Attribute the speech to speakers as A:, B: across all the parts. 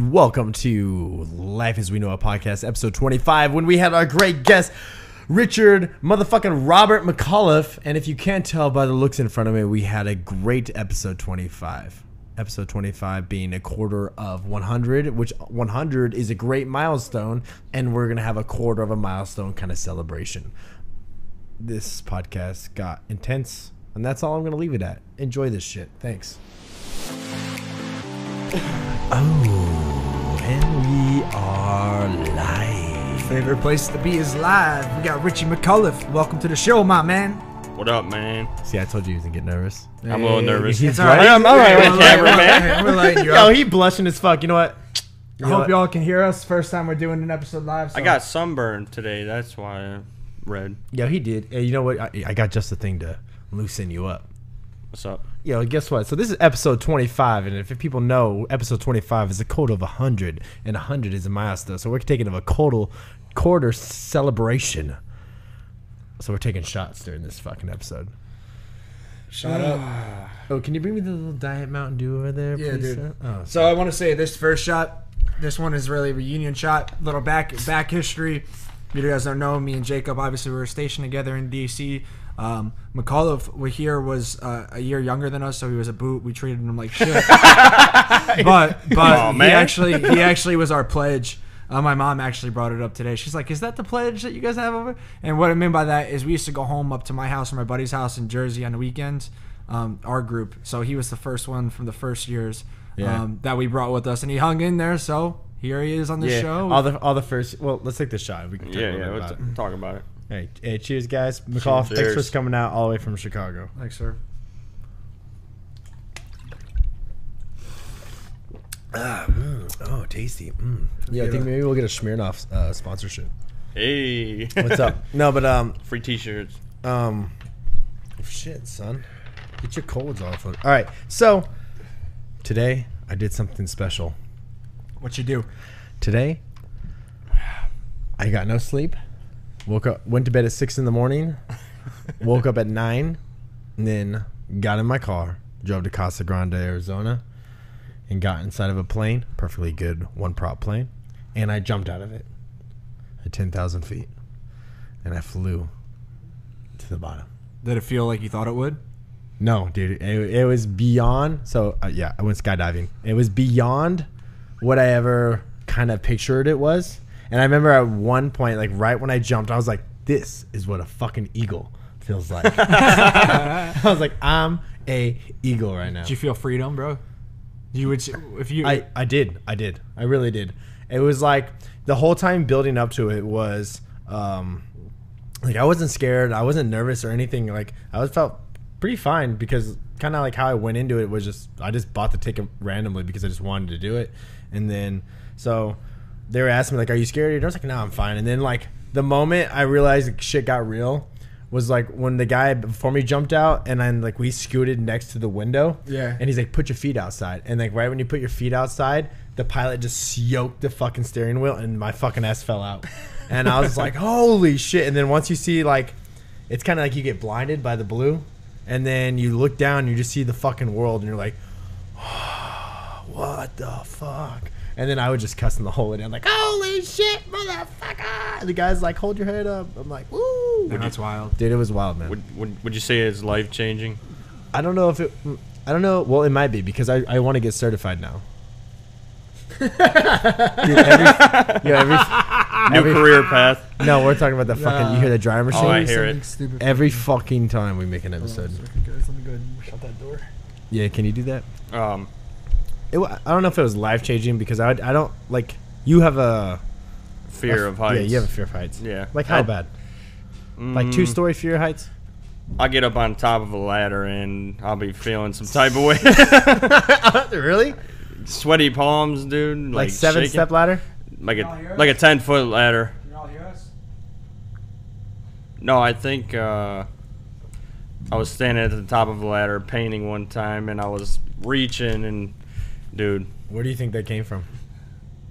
A: Welcome to Life as We Know It podcast, episode 25, when we had our great guest, Richard motherfucking Robert McAuliffe. And if you can't tell by the looks in front of me, we had a great episode 25. Episode 25 being a quarter of 100, which 100 is a great milestone. And we're going to have a quarter of a milestone kind of celebration. This podcast got intense, and that's all I'm going to leave it at. Enjoy this shit. Thanks. Oh, and we are live.
B: Favorite place to be is live. We got Richie McCullough. Welcome to the show, my man.
C: What up, man?
A: See, I told you he was gonna get nervous.
C: I'm a little nervous.
A: He's
B: It's all right.
C: I'm all right with
B: We're
C: camera,
B: lighting-
C: man.
B: We're lighting you
A: Yo,
B: up.
A: he blushing as fuck. You know what?
B: I hope y'all can hear us. First time we're doing an episode live. so-
C: I got sunburned today. That's why I'm red.
A: Yo, he did. Hey, you know what? I, I got just the thing to loosen you up.
C: What's up?
A: Yo, guess what? So this is episode 25, and if people know, episode 25 is a quarter of 100, and 100 is a milestone. So we're taking a quarter, quarter celebration. So we're taking shots during this fucking episode.
D: Shut up.
A: Oh, can you bring me the little Diet Mountain Dew over there,
B: Yeah,
A: please?
B: dude.
A: sir? Oh,
B: So I want to say this first shot. This one is really a reunion shot. Little back back history. If You guys don't know me and Jacob. Obviously, we were stationed together in D.C. Um, McAuliffe were here was uh, a year younger than us, so he was a boot. We treated him like shit. but but
C: Aw,
B: he
C: man.
B: actually he actually was our pledge. Uh, my mom actually brought it up today. She's like, "Is that the pledge that you guys have over?" And what I mean by that is we used to go home up to my house or my buddy's house in Jersey on the weekends. Um, our group. So he was the first one from the first years
A: Yeah.
B: um, that we brought with us, and he hung in there. So here he is on the
A: yeah.
B: show.
A: All the all the first. Well, let's take this shot. We can talk a
C: Yeah,
A: little
C: yeah.
A: bit
C: Let's
A: about
C: talk about it.
A: it. Hey, hey, cheers, guys. McCall, thanks
C: Cheers.
A: for coming out all the way from Chicago.
B: Thanks, sir.
A: Oh, tasty. Mm. Yeah, I think maybe we'll get a Smirnoff uh, sponsorship.
C: Hey.
A: What's up? No, but um,
C: Free T-shirts.
A: um, shit, son, get your colds off. All right, so today I did something special.
B: What you do?
A: Today, I got no sleep. Woke up, went to bed at six in the morning. woke up at nine, and then got in my car, drove to Casa Grande, Arizona, and got inside of a plane, perfectly good one prop plane, and I jumped out of it at ten thousand feet, and I flew to the bottom.
B: Did it feel like you thought it would?
A: No, dude, it, it was beyond. So uh, yeah, I went skydiving. It was beyond what I ever kind of pictured it was. And I remember at one point, like right when I jumped, I was like, "This is what a fucking eagle feels like." I was like, "I'm a eagle right now."
B: Did you feel freedom, bro? You would if you.
A: I, I did. I did. I really did. It was like the whole time building up to it was um like I wasn't scared, I wasn't nervous or anything. Like I was felt pretty fine because kind of like how I went into it was just I just bought the ticket randomly because I just wanted to do it. And then so they were asking me like are you scared? And I was like no, I'm fine. And then like the moment I realized like, shit got real was like when the guy before me jumped out and then like we scooted next to the window.
B: Yeah.
A: And he's like, put your feet outside. And like right when you put your feet outside, the pilot just yoked the fucking steering wheel and my fucking ass fell out. And I was like, holy shit. And then once you see like it's kinda like you get blinded by the blue and then you look down and you just see the fucking world and you're like, "Ah, what the fuck? And then I would just cuss him the whole way down, like, holy shit, motherfucker. And the guy's like, hold your head up. I'm like, woo.
B: that's wild.
A: Dude, it was wild, man.
C: Would, would, would you say it's life changing?
A: I don't know if it. I don't know. Well, it might be because I, I want to get certified now. Dude, every, yeah, every,
C: New
A: every-
C: career path.
A: no, we're talking about the fucking. You hear the dryer machine?
C: Oh, I hear it. Oh,
B: Stupid.
A: Every fucking time we make an episode.
B: Guys, let me go ahead and shut that door.
A: Yeah, can you do that?
C: Um,
A: It, wa- I don't know if it was life changing because I, would- I don't like. You have a
C: fear of heights.
A: Yeah, you have a fear of heights.
C: Yeah.
A: Like how
C: I- Mm.
A: bad? Like two story fear of heights?
C: I get up on top of a ladder and I'll be feeling some type of way.
A: really?
C: Sweaty palms, dude. Like,
A: Like, seven
C: shaking.
A: step ladder?
C: Like
B: Oh,
C: a
B: you're-
C: like a ten foot ladder.
B: Can y'all hear us?
C: No, I think uh, I was standing at the top of a ladder painting one time, and I was reaching, and dude,
A: Where do you think that came from?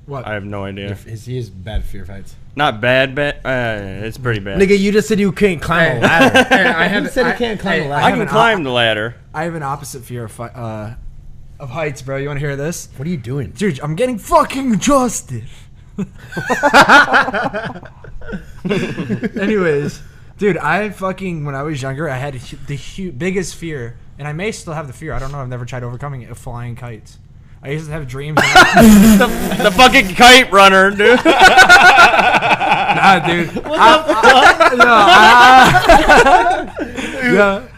B: What?
C: I have no idea.
A: If- Is he is bad fear of heights?
C: Not bad, bad. Uh, it's pretty bad.
A: Nigga, you just said you can't climb a ladder.
B: I
A: You
B: have-
A: said you
B: I-
A: can't climb a
B: I-
A: ladder.
C: I
B: have
C: can
B: an
C: climb the ladder.
B: I have an opposite fear of fi- uh, of heights, bro. You want to hear this?
A: What are you doing?
B: Dude, I'm getting fucking exhausted. Anyways, dude, I fucking when I was younger, I had hu- the hu- biggest fear, and I may still have the fear. I don't know. I've never tried overcoming it of flying kites. I used to have dreams.
C: the fucking kite runner, dude.
B: nah, Ah, dude. What the fuck? No, I-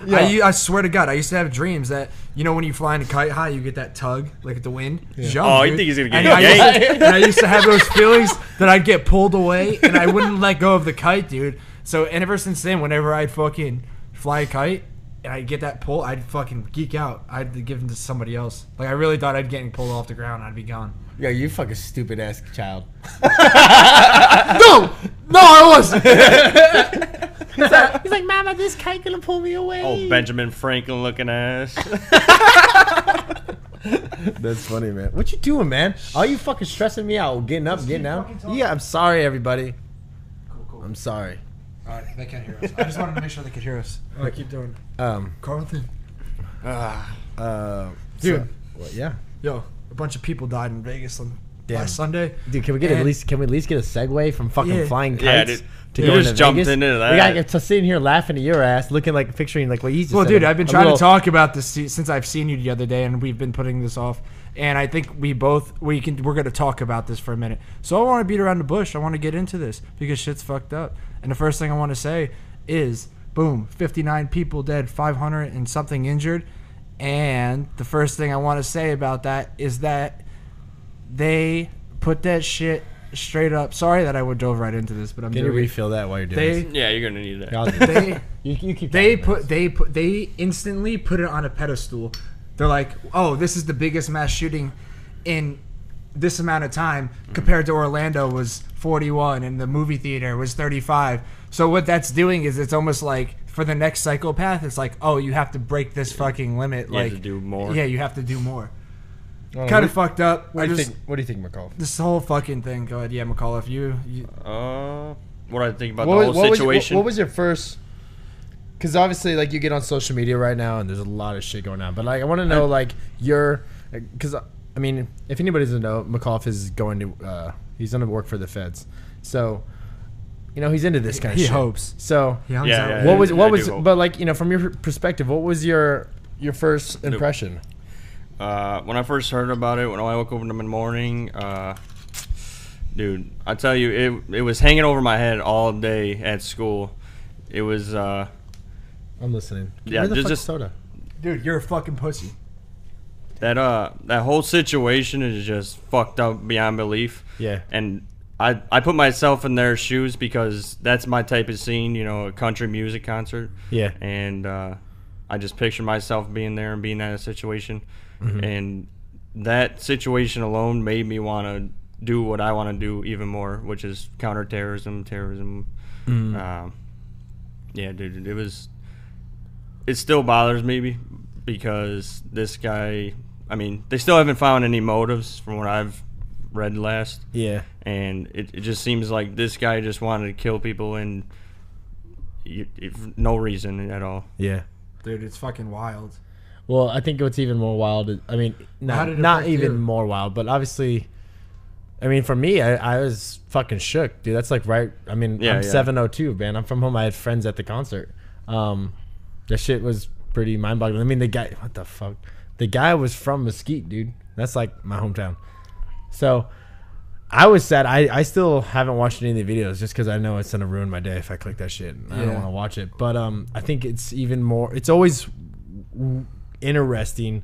B: yeah, I, u- I swear to God, I used to have dreams that you know when you fly in a kite high, you get that tug like at the wind. Jump,
C: Oh, you
B: dude.
C: think he's gonna get
B: and I, used
C: yanked.
B: to, and I used to have those feelings that I'd get pulled away and I wouldn't let go of the kite, dude. So and ever since then, whenever I'd fucking fly a kite. And I get that pull, I'd fucking geek out. I'd give them to somebody else. Like I really thought I'd getting pulled off the ground, I'd be gone.
A: Yeah, you fucking stupid ass child.
B: No, no, I wasn't.
A: He's like, Mama, this kite gonna pull me away.
C: oh, Benjamin Franklin looking ass.
A: That's funny, man. What you doing, man? Are you fucking stressing me out? Getting up, getting down? Yeah, I'm sorry, everybody.
B: Cool, cool.
A: I'm sorry.
B: All right, they can't hear us. I just wanted to make sure they could hear us. All right, keep doing.
A: Um,
B: Carlton.
A: uh,
B: Dude.
A: so- well, yeah.
B: Yo, a bunch of people died in Vegas on
A: Damn.
B: last Sunday.
A: Dude, can we get at
B: And-
A: least can we at least get a segue from fucking
B: Yeah.
A: flying
C: Yeah,
A: kites
C: dude.
A: to
C: You
A: going
C: just
A: to
C: jumped
A: Vegas?
C: into
A: We
C: that.
A: gotta get to sitting here laughing at your ass, looking like picturing like what he's. Just
B: Well,
A: said,
B: dude,
A: a-
B: I've been
A: a
B: trying
A: little-
B: to talk about this se- since I've seen you the other day, and we've been putting this off. And I think we both we can we're gonna talk about this for a minute. So I want to beat around the bush. I want to get into this because shit's fucked up. And the first thing I want to say is, boom, 59 people dead, 500 and something injured. And the first thing I want to say about that is that they put that shit straight up. Sorry that I would dove right into this, but I'm
A: Can you
B: doing it.
A: refill that while you're doing?
B: They
C: yeah, you're gonna need that.
A: this?
B: they
A: you, you keep.
B: they
A: talking, man.
B: put they put they instantly put it on a pedestal. They're like, oh, this is the biggest mass shooting in this amount of time compared to Orlando was 41 and the movie theater was 35. So what that's doing is it's almost like for the next psychopath, it's like, oh, you have to break this fucking limit.
C: You
B: like
C: have to do more.
B: Yeah, you have to do more.
A: I don't know,
B: Kind of
A: what-
B: fucked up.
A: What
B: I
A: do you
B: just-
A: think? What do you think, McCall?
B: this whole fucking thing. Go ahead, yeah, McCall. If you, you
C: Uh, what I think about
A: What was-
C: the whole
A: what was- what-
C: situation.
A: what was your first? Because obviously, like you get on social media right now, and there's a lot of shit going on. But like, I want to know, like your, because I mean, if anybody doesn't know, McAuliffe is going to, uh, he's going to work for the feds, so, you know, he's into this kind of
B: He
A: shit.
B: hopes.
A: So,
B: yeah,
C: Yeah, yeah,
A: what was
C: I
A: what
C: do
A: was?
C: hope.
A: But like, you know, from your perspective, what was your your first impression?
C: Uh, when I first heard about it, when I woke up in the morning, uh, dude, I tell you, it it was hanging over my head all day at school. It was uh,
A: I'm listening.
C: Yeah,
A: Where the
C: just-
A: fuck's
C: just-
A: soda.
B: dude, you're a fucking pussy.
C: that uh that whole situation is just fucked up beyond belief.
A: Yeah.
C: And I I put myself in their shoes because that's my type of scene, you know, a country music concert.
A: Yeah.
C: And uh, I just picture myself being there and being in that situation, and that situation alone made me want to do what I want to do even more, which is counterterrorism, terrorism.
A: Mm,
C: Um, yeah, dude, it was it still bothers me because this guy I mean, they still haven't found any motives from what I've read last.
A: Yeah.
C: And it, it just seems like this guy just wanted to kill people and y if, no reason at all.
A: Yeah.
B: Dude, it's fucking wild.
A: Well, I think what's even more wild. Is, I mean,
B: How
A: not
B: did it
A: not
B: affect
A: even
B: you?
A: more wild, but obviously, I mean, for me, I, I was fucking shook, dude. That's like right. I mean,
C: Yeah,
A: I'm
C: yeah.
A: seven oh two, man. I'm from home. I had friends at the concert. Um, that shit was pretty mind boggling. I mean, the guy, what the fuck? The guy was from Mesquite, dude. That's like my hometown. So. I was sad. I, I still haven't watched any of the videos just because I know it's gonna ruin my day if I click that shit. And I don't
B: Yeah.
A: want to watch it. But um, I think it's even more. It's always interesting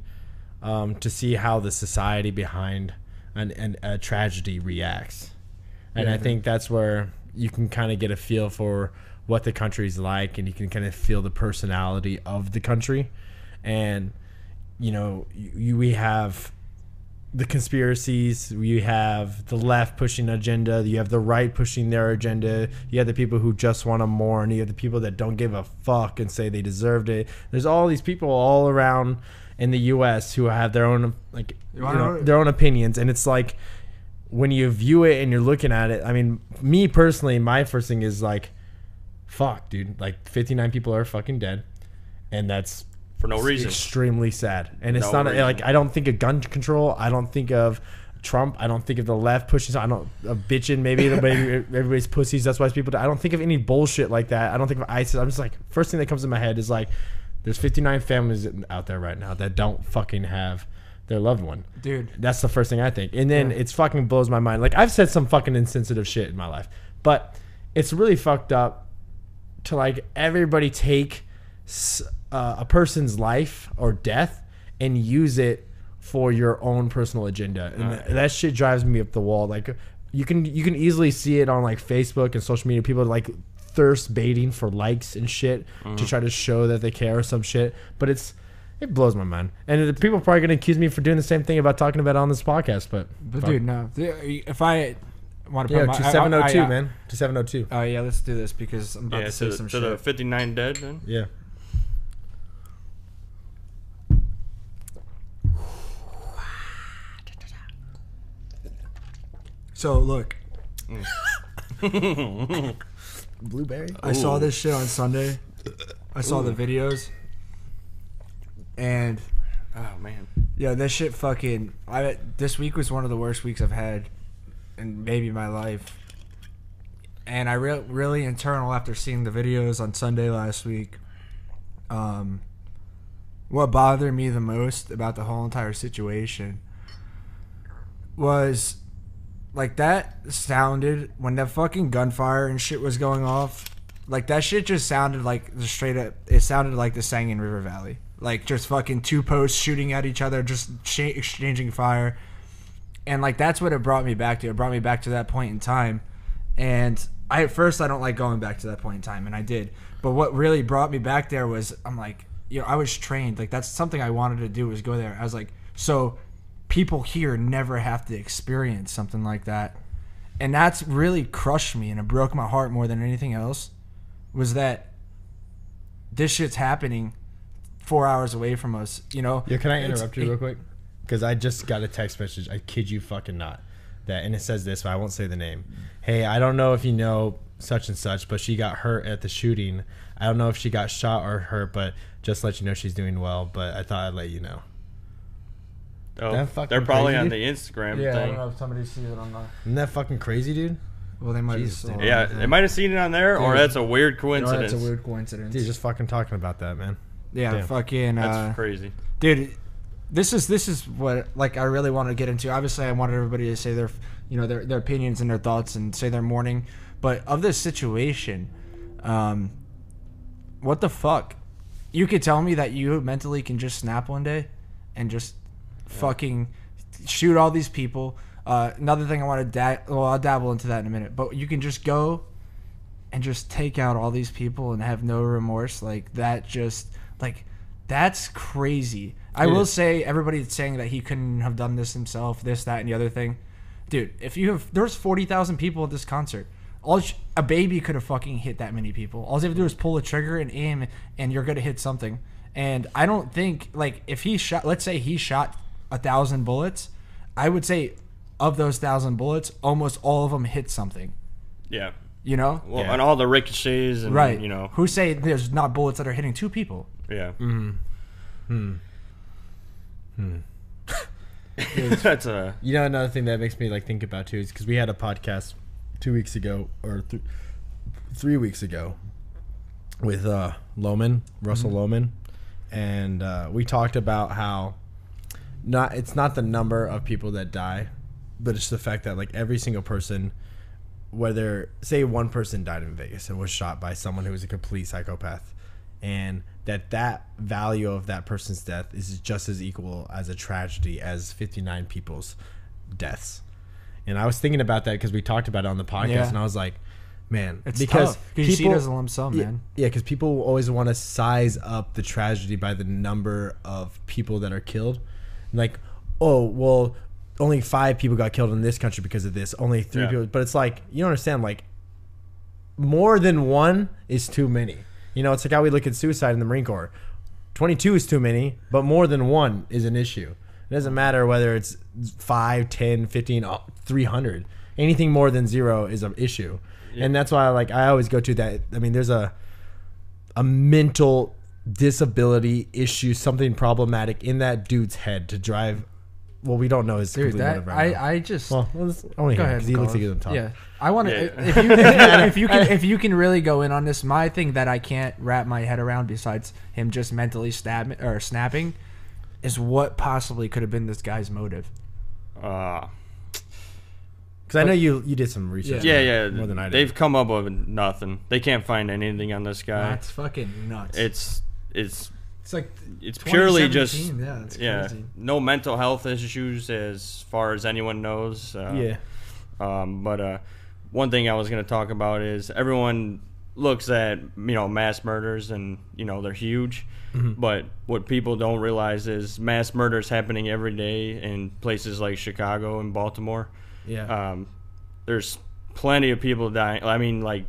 A: um, to see how the society behind an, an, a tragedy reacts. And I think that's where you can kind of get a feel for what the country's like and you can kind of feel the personality of the country. And, you know, you, you, we have the conspiracies, you have the left pushing agenda, you have the right pushing their agenda, you have the people who just want to mourn, you have the people that don't give a fuck and say they deserved it. There's all these people all around in the US who have their own like you
B: Why
A: know,
B: don't-
A: their own opinions and it's like when you view it and you're looking at it, I mean, me personally, my first thing is like fuck, dude, like 59 people are fucking dead and that's
C: for no reason.
A: extremely sad. And it's
C: No
A: not
C: reason.
A: like I don't think of gun control. I don't think of Trump. I don't think of the left pushing. I don't of bitching. Maybe everybody, everybody's pussies. That's why people. die. I don't think of any bullshit like that. I don't think of ISIS. I'm just like first thing that comes in my head is like, there's 59 families out there right now that don't fucking have their loved one.
B: Dude.
A: That's the first thing I think. And then it's fucking blows my mind. Like I've said some fucking insensitive shit in my life, but it's really fucked up to like everybody take s- uh, a person's life or death and use it for your own personal agenda. And th- that shit drives me up the wall. Like you can you can easily see it on like Facebook and social media. People are, like thirst baiting for likes and shit
B: Mm.
A: to try to show that they care or some shit. But it's it blows my mind. And the people are probably gonna accuse me for doing the same thing about talking about it on this podcast. But
B: But
A: fuck.
B: dude, no. If I want to put
A: yeah,
B: my
A: to seven oh
B: I-
A: two
B: I-
A: man, to seven oh two.
B: Oh yeah, let's do this because I'm about
C: Yeah,
B: to say
C: to,
B: some
C: to
B: shit.
C: the 59 dead then.
A: Yeah.
B: So look,
A: Blueberry.
B: I saw this shit on Sunday. I saw the videos, and
C: Oh man.
B: yeah, this shit fucking. I this week was one of the worst weeks I've had in maybe my life, and I re- really internal after seeing the videos on Sunday last week. Um, what bothered me the most about the whole entire situation was like that sounded when that fucking gunfire and shit was going off. Like that shit just sounded like the straight up. It sounded like the sang in River Valley, like just fucking two posts shooting at each other, just cha- exchanging fire, and like that's what it brought me back to. It brought me back to that point in time, and I at first I don't like going back to that point in time, and I did. But what really brought me back there was I'm like, you know, I was trained. Like that's something I wanted to do was go there. I was like, so people here never have to experience something like that. And that's really crushed me and it broke my heart more than anything else was that this shit's happening four hours away from us, you know?
A: Yeah, can I
B: It's-
A: interrupt you real quick? Because I just got a text message. I kid you fucking not. That and it says this, but I won't say the name. Hey, I don't know if you know such and such, but she got hurt at the shooting. I don't know if she got shot or hurt, but just to let you know she's doing well. But I thought I'd let you know.
C: Oh,
A: That fucking
C: they're probably
A: crazy,
C: on the
A: dude.
C: Instagram
B: Yeah, I don't know
C: thing.
B: if somebody sees it on the.
A: Isn't that fucking crazy, dude?
B: Well, they might
A: Jesus,
B: have saw
A: dude.
B: it.
C: Yeah, they might have seen it on there, or
B: Dude.
C: that's a weird
B: No,
C: coincidence.
B: that's a weird coincidence.
A: Dude, just fucking talking about that, man.
B: yeah,
A: damn.
B: fucking.
C: That's
B: uh,
C: crazy.
B: dude this is this is what like i really want to get into obviously i wanted everybody to say their you know their, their opinions and their thoughts and say their mourning but of this situation um what the fuck you could tell me that you mentally can just snap one day and just fucking shoot all these people uh, another thing i want to da- well i'll dabble into that in a minute but you can just go and just take out all these people and have no remorse like that just like that's crazy i
A: It
B: will
A: is.
B: say everybody's saying that he couldn't have done this himself this that and the other thing dude if you have there's 40,000 people at this concert all sh- a baby could have fucking hit that many people all you have to do is pull a trigger and aim and you're gonna hit something and i don't think like if he shot let's say he shot a thousand bullets i would say of those thousand bullets almost all of them hit something
C: Yeah.
B: you know
C: Well,
A: Yeah.
C: and all the ricochets and
B: Right.
C: you know,
B: Who Mm-hmm. say there's not bullets that are hitting two people?
C: yeah.
B: Hmm.
C: that's a
A: You know another thing that makes me like think about too is because we had a podcast two weeks ago or th- three weeks ago with uh, Loman Russell Loman, and uh, we talked about how not it's not the number of people that die, but it's the fact that like every single person, whether say one person died in Vegas and was shot by someone who was a complete psychopath, and that that value of that person's death is just as equal as a tragedy as 59 people's deaths. And I was thinking about that because we talked about it on the podcast,
B: Yeah.
A: and I was like, man,
B: It's
A: because
B: tough. 'Cause you see it as a lump sum,
A: yeah,
B: man.
A: Yeah, because people always want to size up the tragedy by the number of people that are killed. Like, oh, well, only five people got killed in this country because of this. Only three
C: Yeah.
A: people. But it's like you don't understand. Like, more than one is too many. You know, it's like how we look at suicide in the Marine Corps. 22 is too many, but more than one is an issue. It doesn't matter whether it's 5, 10, 15, uh, 300. Anything more than zero is an issue. And that's why like I always go to that I mean there's a a mental disability issue, something problematic in that dude's head to drive. Well, we don't know his
B: Dude,
A: complete
B: that
A: motive right now.
B: I, I just
A: well, let's only
B: go
A: him
B: ahead.
A: because he looks
B: Colin.
A: like he's on top.
B: Yeah, I want to.
C: Yeah.
B: If you if you can if you can really go in on this, my thing that I can't wrap my head around, besides him just mentally stab or snapping, is what possibly could have been this guy's motive.
C: Uh,
A: Because I know you you did some research.
C: yeah,
A: on it
C: yeah.
A: More than I did.
C: They've come up with nothing. They can't find anything on this guy.
B: That's fucking nuts.
C: It's it's
B: it's like
C: it's purely just
B: 2017, yeah, that's
C: yeah,
B: crazy.
C: no mental health issues as far as anyone knows. Uh,
A: yeah.
C: Um, but uh, one thing I was going to talk about is everyone looks at you know mass murders and you know they're huge, but what people don't realize is mass murders happening every day in places like Chicago and Baltimore.
A: Yeah.
C: Um, there's plenty of people dying. I mean, like,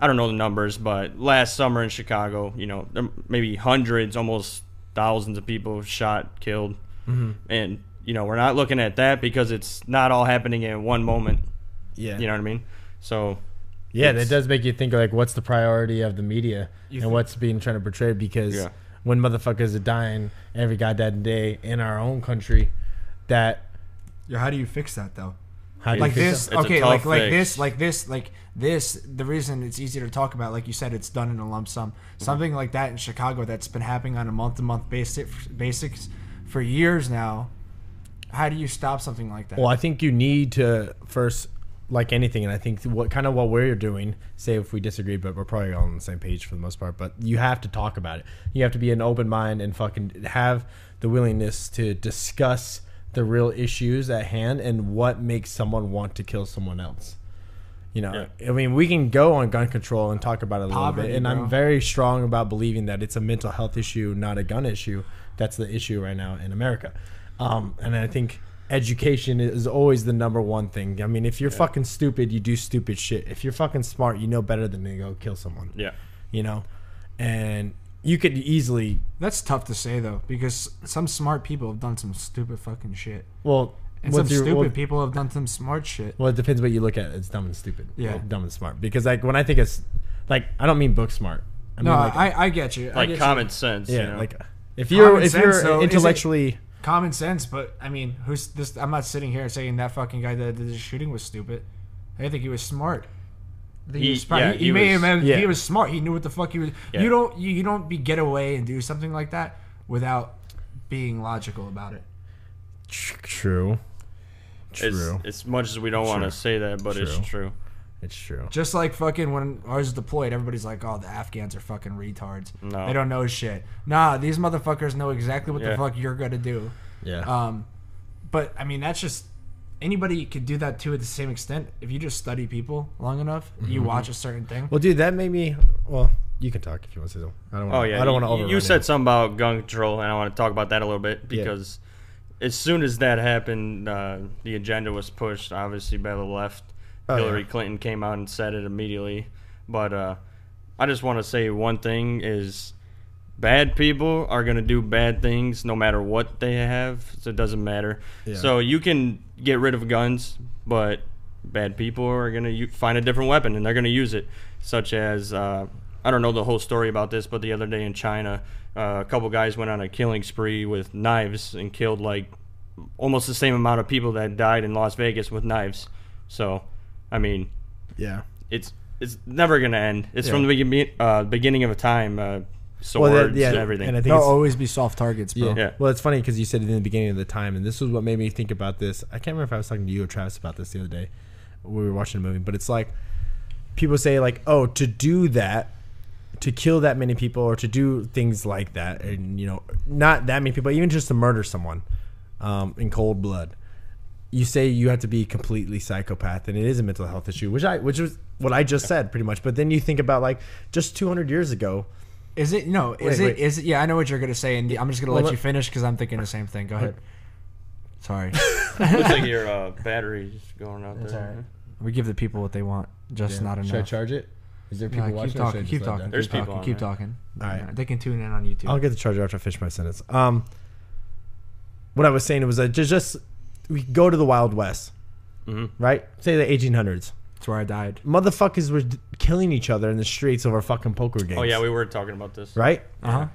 C: I don't know the numbers, but last summer in Chicago, you know, there maybe hundreds, almost thousands of people shot, killed,
A: Mm-hmm.
C: and you know, we're not looking at that because it's not all happening in one moment.
A: yeah.
C: You know what I mean? So
A: Yeah, that
C: It's-
A: does make you think like what's the priority of the media and
B: think-
A: what's being trying to portray because
C: Yeah.
A: when motherfuckers are dying every goddamn day in our own country, that
B: Yeah, how do you fix that though?
A: how do
B: like
A: you fix
B: this
A: that?
C: It's a
B: okay
C: tough
B: like like
C: fix.
B: this like this like this the reason it's easier to talk about like you said it's done in a lump sum something like that in chicago that's been happening on a month to month basic basics for years now how do you stop something like that
A: Well, I think you need to first, like anything, and I think what kind of what we're doing. Say if we disagree, but we're probably all on the same page for the most part. But you have to talk about it. You have to be an open mind and fucking have the willingness to discuss the real issues at hand and what makes someone want to kill someone else. You know, I mean, we can go on gun control and talk about it a little
B: Poverty,
A: bit, and
B: bro.
A: I'm very strong about believing that it's a mental health issue, not a gun issue. That's the issue right now in America, um, and I think education is always the number one thing. I mean, if you're fucking stupid, you do stupid shit. If you're fucking smart, you know better than to go kill someone.
C: yeah,
A: You know, and you could easily
B: that's tough to say though because some smart people have done some stupid fucking shit
A: well,
B: and
A: what's
B: some
A: your-
B: stupid
A: what-
B: people have done some smart shit
A: Well, it depends what you look at. It's dumb and stupid.
B: Yeah.
A: Well, dumb and smart. Because like when I think it's like I don't mean book smart. I
B: no
A: mean like
B: I, I get you I
C: like
B: get you.
C: common sense. you
A: yeah,
C: know?
A: like if you're
B: Common
A: if
B: sense,
A: you're
B: though, is it-
A: intellectually
B: common sense but i mean who's this i'm not sitting here saying that fucking guy that did the shooting was stupid i think he was smart I think
C: He-
B: was smart.
C: yeah,
B: he,
C: he
B: may
C: was-
B: have been- he
A: yeah.
B: was smart he knew what the fuck he was
C: Yeah.
B: you don't you, you don't be get away and do something like that without being logical about it
A: tr- true,
C: As-
A: true, it's,
C: as much as we don't want to say that, but it's
A: True.
C: true.
A: true.
B: just like fucking when ours was deployed everybody's like oh the afghans are fucking retards
C: No.
B: they don't know shit nah these motherfuckers know exactly what the
C: Yeah.
B: fuck you're gonna do
A: Yeah,
B: Um, but I mean, that's just anybody could do that too at the same extent. If you just study people long enough, you
A: Mm-hmm.
B: watch a certain thing.
A: Well, dude, that made me. Well, you can talk if you want to. Though. I don't. Wanna,
C: Oh yeah,
A: I don't want to
C: you-
A: overrun.
C: You
A: it.
C: said something about gun control, and I want to talk about that a little bit because as soon as that happened, uh, the agenda was pushed obviously by the left.
A: Oh,
C: Hillary
A: yeah.
C: Clinton came out and said it immediately. But uh, I just want to say one thing is bad people are going to do bad things no matter what they have, so it doesn't matter.
A: Yeah.
C: So you can get rid of guns, but bad people are going to find a different weapon and they're going to use it, such as uh, I don't know the whole story about this, but the other day in China, uh, a couple guys went on a killing spree with knives and killed like almost the same amount of people that died in Las Vegas with knives. So, I mean,
A: Yeah.
C: it's it's never going to end. It's
A: Yeah.
C: from the begin- uh, beginning of a time. Uh,
A: Well,
C: swords
A: that-
C: and everything.
A: And I think
B: They'll
A: it's,
B: always be soft targets, bro.
A: Yeah.
C: Yeah.
A: Well, it's funny because you said it in the beginning of the time, and this was what made me think about this. I can't remember if I was talking to you or Travis about this the other day. when We were watching a movie, but it's like people say like, "Oh, to do that, to kill that many people, or to do things like that, and you know, not that many people, even just to murder someone um, in cold blood." You say you have to be completely psychopath, and it is a mental health issue, which I, which was what I just said, pretty much. But then you think about like just 200 years ago,
B: Is it no?
A: Wait,
B: Is it?
A: wait.
B: Is it? Yeah, I know what you're gonna say, and I'm just gonna
A: Well,
B: let
A: let-
B: you finish because I'm thinking the same thing. Go ahead. Sorry,
C: Looks like your uh, battery's going out there.
B: we give the people what they want, just not
A: Should I
B: enough.
A: charge it? Is there people
B: Nah, keep
A: watching? or should I
B: talking.
A: just let
B: Keep
A: it
B: talking.
A: die?
C: There's
B: keep talking.
C: people on
B: Keep
C: there.
B: talking.
A: All right.
B: They can tune in on YouTube.
A: I'll get the charger after I finish my sentence. Um, what I was saying was that just, just we go to the Wild West,
C: Mhm.
A: right? Say the 1800s.
B: That's where I died.
A: Motherfuckers were d- killing each other in the streets over fucking poker games.
C: Oh yeah, we were talking about this.
A: right?
B: Uh huh.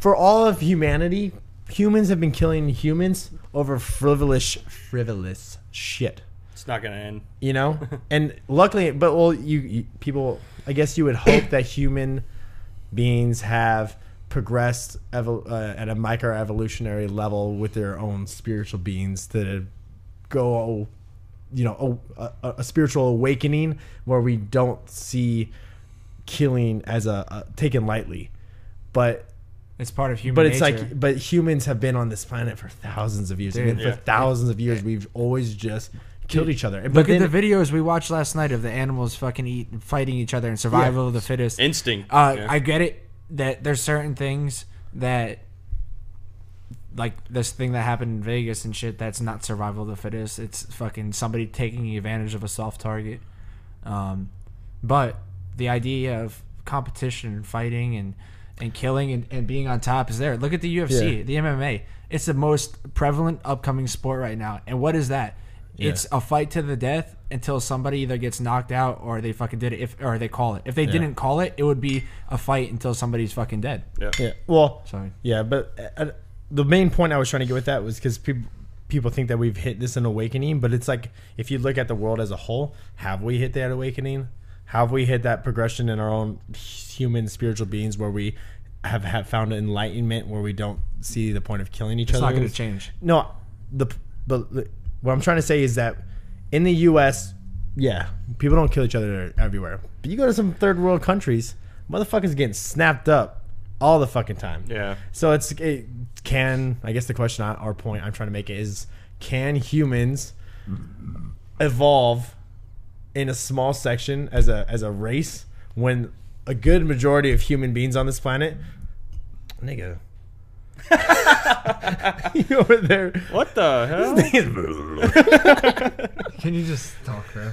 A: for all of humanity, humans have been killing humans over frivolous, frivolous shit.
C: It's not gonna end.
A: You know, and luckily, but well, you, you people, I guess you would hope that human beings have progressed evol- uh, at a microevolutionary level with their own spiritual beings to go, you know, a, a, a spiritual awakening where we don't see killing as a, a taken lightly, but
B: It's part of human
A: but it's
B: nature.
A: like, but humans have been on this planet for thousands of years. I
B: Dude.
A: mean,
C: Yeah.
A: For thousands of years, we've always just killed each other. But
B: Look
A: then,
B: at the videos we watched last night of the animals fucking eat, fighting each other and survival of the fittest.
C: Instinct.
B: Uh,
C: yeah.
B: I get it that there's certain things that, like this thing that happened in Vegas and shit, that's not survival of the fittest. It's fucking somebody taking advantage of a soft target. Um, but the idea of competition and fighting and, and killing and, and being on top is there. Look at the UFC,
A: Yeah.
B: the MMA. It's the most prevalent upcoming sport right now. And what is that? It's a fight to the death until somebody either gets knocked out or they fucking did it if or they call it. If they didn't call it, it would be a fight until somebody's fucking dead.
C: yeah.
A: yeah, well,
B: Sorry.
A: yeah, but uh, uh, the main point I was trying to get with that was because people people think that we've hit this an awakening, but it's like if you look at the world as a whole, have we hit that awakening? Have we hit that progression in our own human spiritual beings where we have, have found enlightenment where we don't see the point of killing each
B: It's
A: other?
B: not going to change.
A: No, the but the- what I'm trying to say is that in the U.S., yeah, people don't kill each other everywhere. But you go to some third world countries, motherfuckers getting snapped up all the fucking time.
C: Yeah.
A: So it's it can I guess the question I, our point I'm trying to make is can humans evolve in a small section as a as a race when a good majority of human beings on this planet, nigga. you over there
C: What the hell?
B: Can you just talk, bro?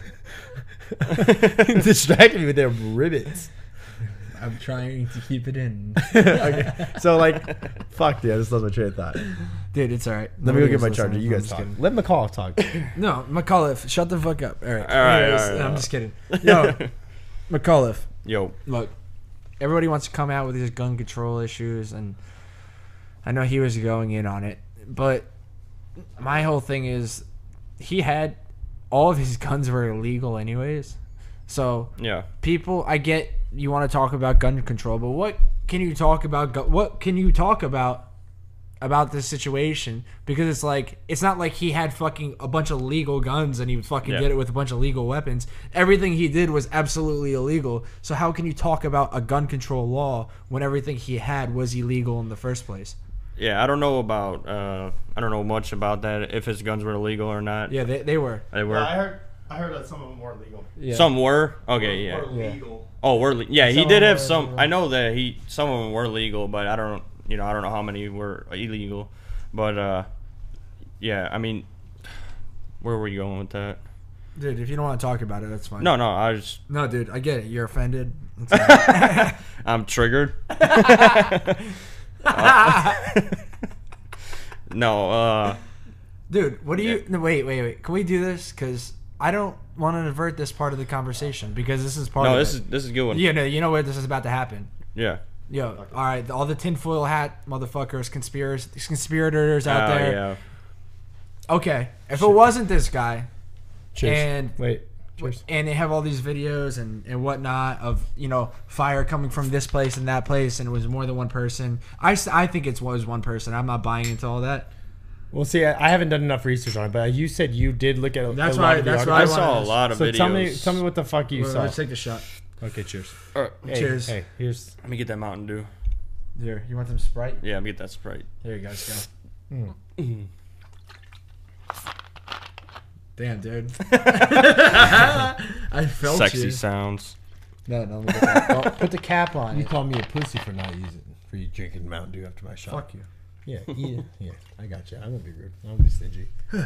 A: distracted me with their ribbons.
D: I'm trying to keep it in.
A: okay. So like, fuck, dude. I just lost my train of thought.
B: Dude, it's all right.
A: Let me go get my charger. You guys talk. Let McCall talk.
B: No, McAuliffe, shut the fuck up. All right.
C: All right, all right,
B: I'm
C: all right.
B: just kidding. No, McAuliffe,
C: Yo.
B: look, everybody wants to come out with these gun control issues, and I know he was going in on it, but my whole thing is he had all of his guns were illegal, anyways. So
C: Yeah.
B: people i get you want to talk about gun control but what can you talk about gu- what can you talk about about this situation because it's like it's not like he had fucking a bunch of legal guns and he fucking
C: Yeah.
B: did it with a bunch of legal weapons everything he did was absolutely illegal so how can you talk about a gun control law when everything he had was illegal in the first place
C: Yeah. I don't know about. Uh, I don't know much about that. If his guns were illegal or not.
B: yeah they, they were
C: They were.
A: heard. I heard that some of them were legal.
B: yeah.
C: Some were. Okay. Yeah.
A: legal.
C: Oh, were le- yeah. He
A: Some
C: did
A: were
C: have some.
A: legal.
C: I know that he some of them were legal, but I don't. You know, I don't know how many were illegal. But uh, yeah. I mean, where were we going with that?
B: dude if you don't want to talk about it that's fine
C: No, no. I was.
B: no dude i get it you're offended It's
C: I'm triggered. Uh, no. Uh.
B: Dude, what do you? No, wait, wait, wait. Can we do this? Because I don't want to divert this part of the conversation because this is part.
C: No.
B: of
C: This
B: it.
C: is this is a good one.
B: You know, you know where this is about to happen.
C: Yeah.
B: Yo, all right, all the tinfoil hat motherfuckers, conspirators, conspirators out
C: Uh,
B: there.
C: yeah.
B: Okay, if it wasn't this guy,
A: Cheers.
B: And-
A: wait. Cheers.
B: and they have all these videos and, and whatnot of you know fire coming from this place and that place, and it was more than one person. I, s- I think it was one person. I'm not buying into all that.
A: Well, see, I, I haven't done enough research on it, but you said you did look at. A,
B: That's
A: a lot
B: why-
A: Of the
B: that's
A: articles.
B: why
C: I,
B: wanna
C: saw a
B: ask-
C: lot of
A: So
C: videos.
A: tell me, tell me what the fuck you
B: Well,
A: saw.
B: Let's take the shot.
A: okay, cheers.
C: Alright,
A: Hey,
B: Cheers.
A: Hey, here's.
C: let me get that Mountain Dew.
B: Here, you want some Sprite?
C: Yeah, let me get that Sprite.
B: There you guys go. Damn, dude. I felt
C: Sexy
B: you.
C: sounds.
B: No, no, look at that. Oh, Well, put the cap on. it.
A: call me a pussy for not using for you drinking Mountain Dew after my shot.
B: Fuck you.
A: Yeah, yeah, yeah. I got you. I won't be rude. I won't be stingy. oh,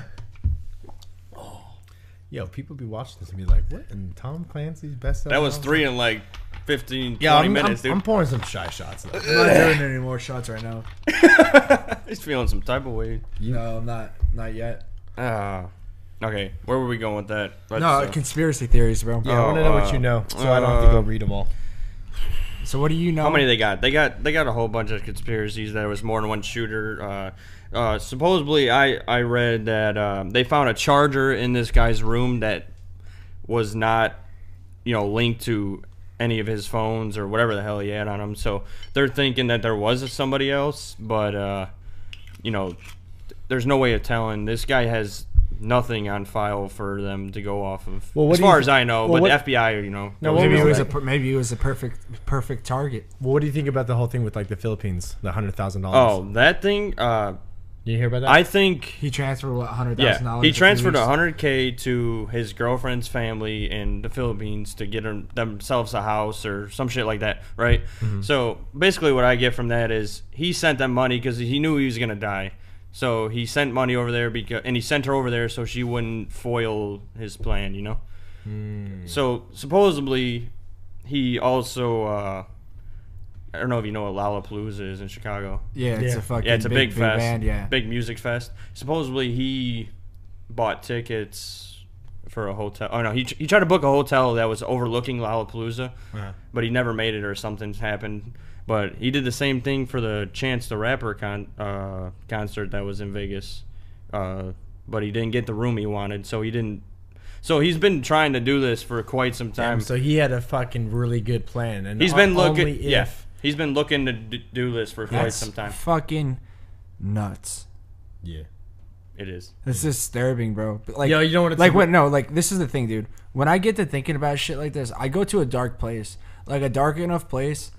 A: yo, people be watching this and be like, "What?" And Tom Clancy's best.
C: That was three in like 15, 20
A: Yeah, I'm,
C: minutes,
A: I'm, I'm
C: dude.
A: pouring some shy shots. Though.
B: I'm not doing any more shots right now.
C: He's feeling some type of way.
B: No, I'm not. Not yet.
C: Ah. okay, where were we going with that? Let's,
B: No,
C: uh,
B: conspiracy theories, bro.
A: Yeah, I
C: Oh,
A: want to know what
C: uh,
A: you know, so I don't have to go
C: uh,
A: read them all.
B: Oh, So what do you know?
C: How many they got? They got they got a whole bunch of conspiracies. There was more than one shooter. Uh, uh, supposedly, I I read that uh, they found a charger in this guy's room that was not, you know, linked to any of his phones or whatever the hell he had on him. So they're thinking that there was somebody else, but uh, you know, there's no way of telling. This guy has nothing on file for them to go off of,
E: Well, what
C: as
E: do you
C: far
E: th-
C: as I know.
E: well,
C: but
E: what-
C: the FBI, you know,
E: No,
C: knows
E: what
B: Maybe
E: was
B: it was
E: it?
B: a per- maybe it was a perfect perfect target.
E: Well, what do you think about the whole thing with like the Philippines, the hundred thousand dollars?
C: Oh, that thing. Uh,
E: you hear about that?
A: Um,
C: I think
B: He transferred what hundred thousand
C: Yeah,
B: dollars.
C: he transferred 100k to his girlfriend's family in the Philippines to get them, themselves a house or some shit like that, right? So basically, what I get from that is he sent them money because he knew he was gonna die, so he sent money over there because and he sent her over there so she wouldn't foil his plan, you know. So supposedly, he also. Uh, I don't know if you know what Lollapalooza is in Chicago.
B: Yeah, it's
A: Yeah.
B: a fucking
C: Yeah, it's a big, fest,
B: band. Yeah,
C: big music fest. Supposedly he bought tickets for a hotel. Oh no, he, he tried to book a hotel that was overlooking Lollapalooza, but he never made it or something happened. But he did the same thing for the Chance the Rapper con- uh, concert that was in Vegas, uh, but he didn't get the room he wanted, so he didn't. So he's been trying to do this for quite some time.
E: so he had a fucking really good plan, and
C: he's
E: o-
C: been looking.
E: only
C: Yeah,
E: if-
C: he's been looking to d- do this for quite
B: That's
C: some time.
B: Fucking nuts.
E: yeah.
C: It is.
B: It's disturbing, bro. But, Like,
E: Yo, you don't wanna
B: like
E: think-
B: when no, like this is the thing, dude. When I get to thinking about shit like this, I go to a dark place, like a dark enough place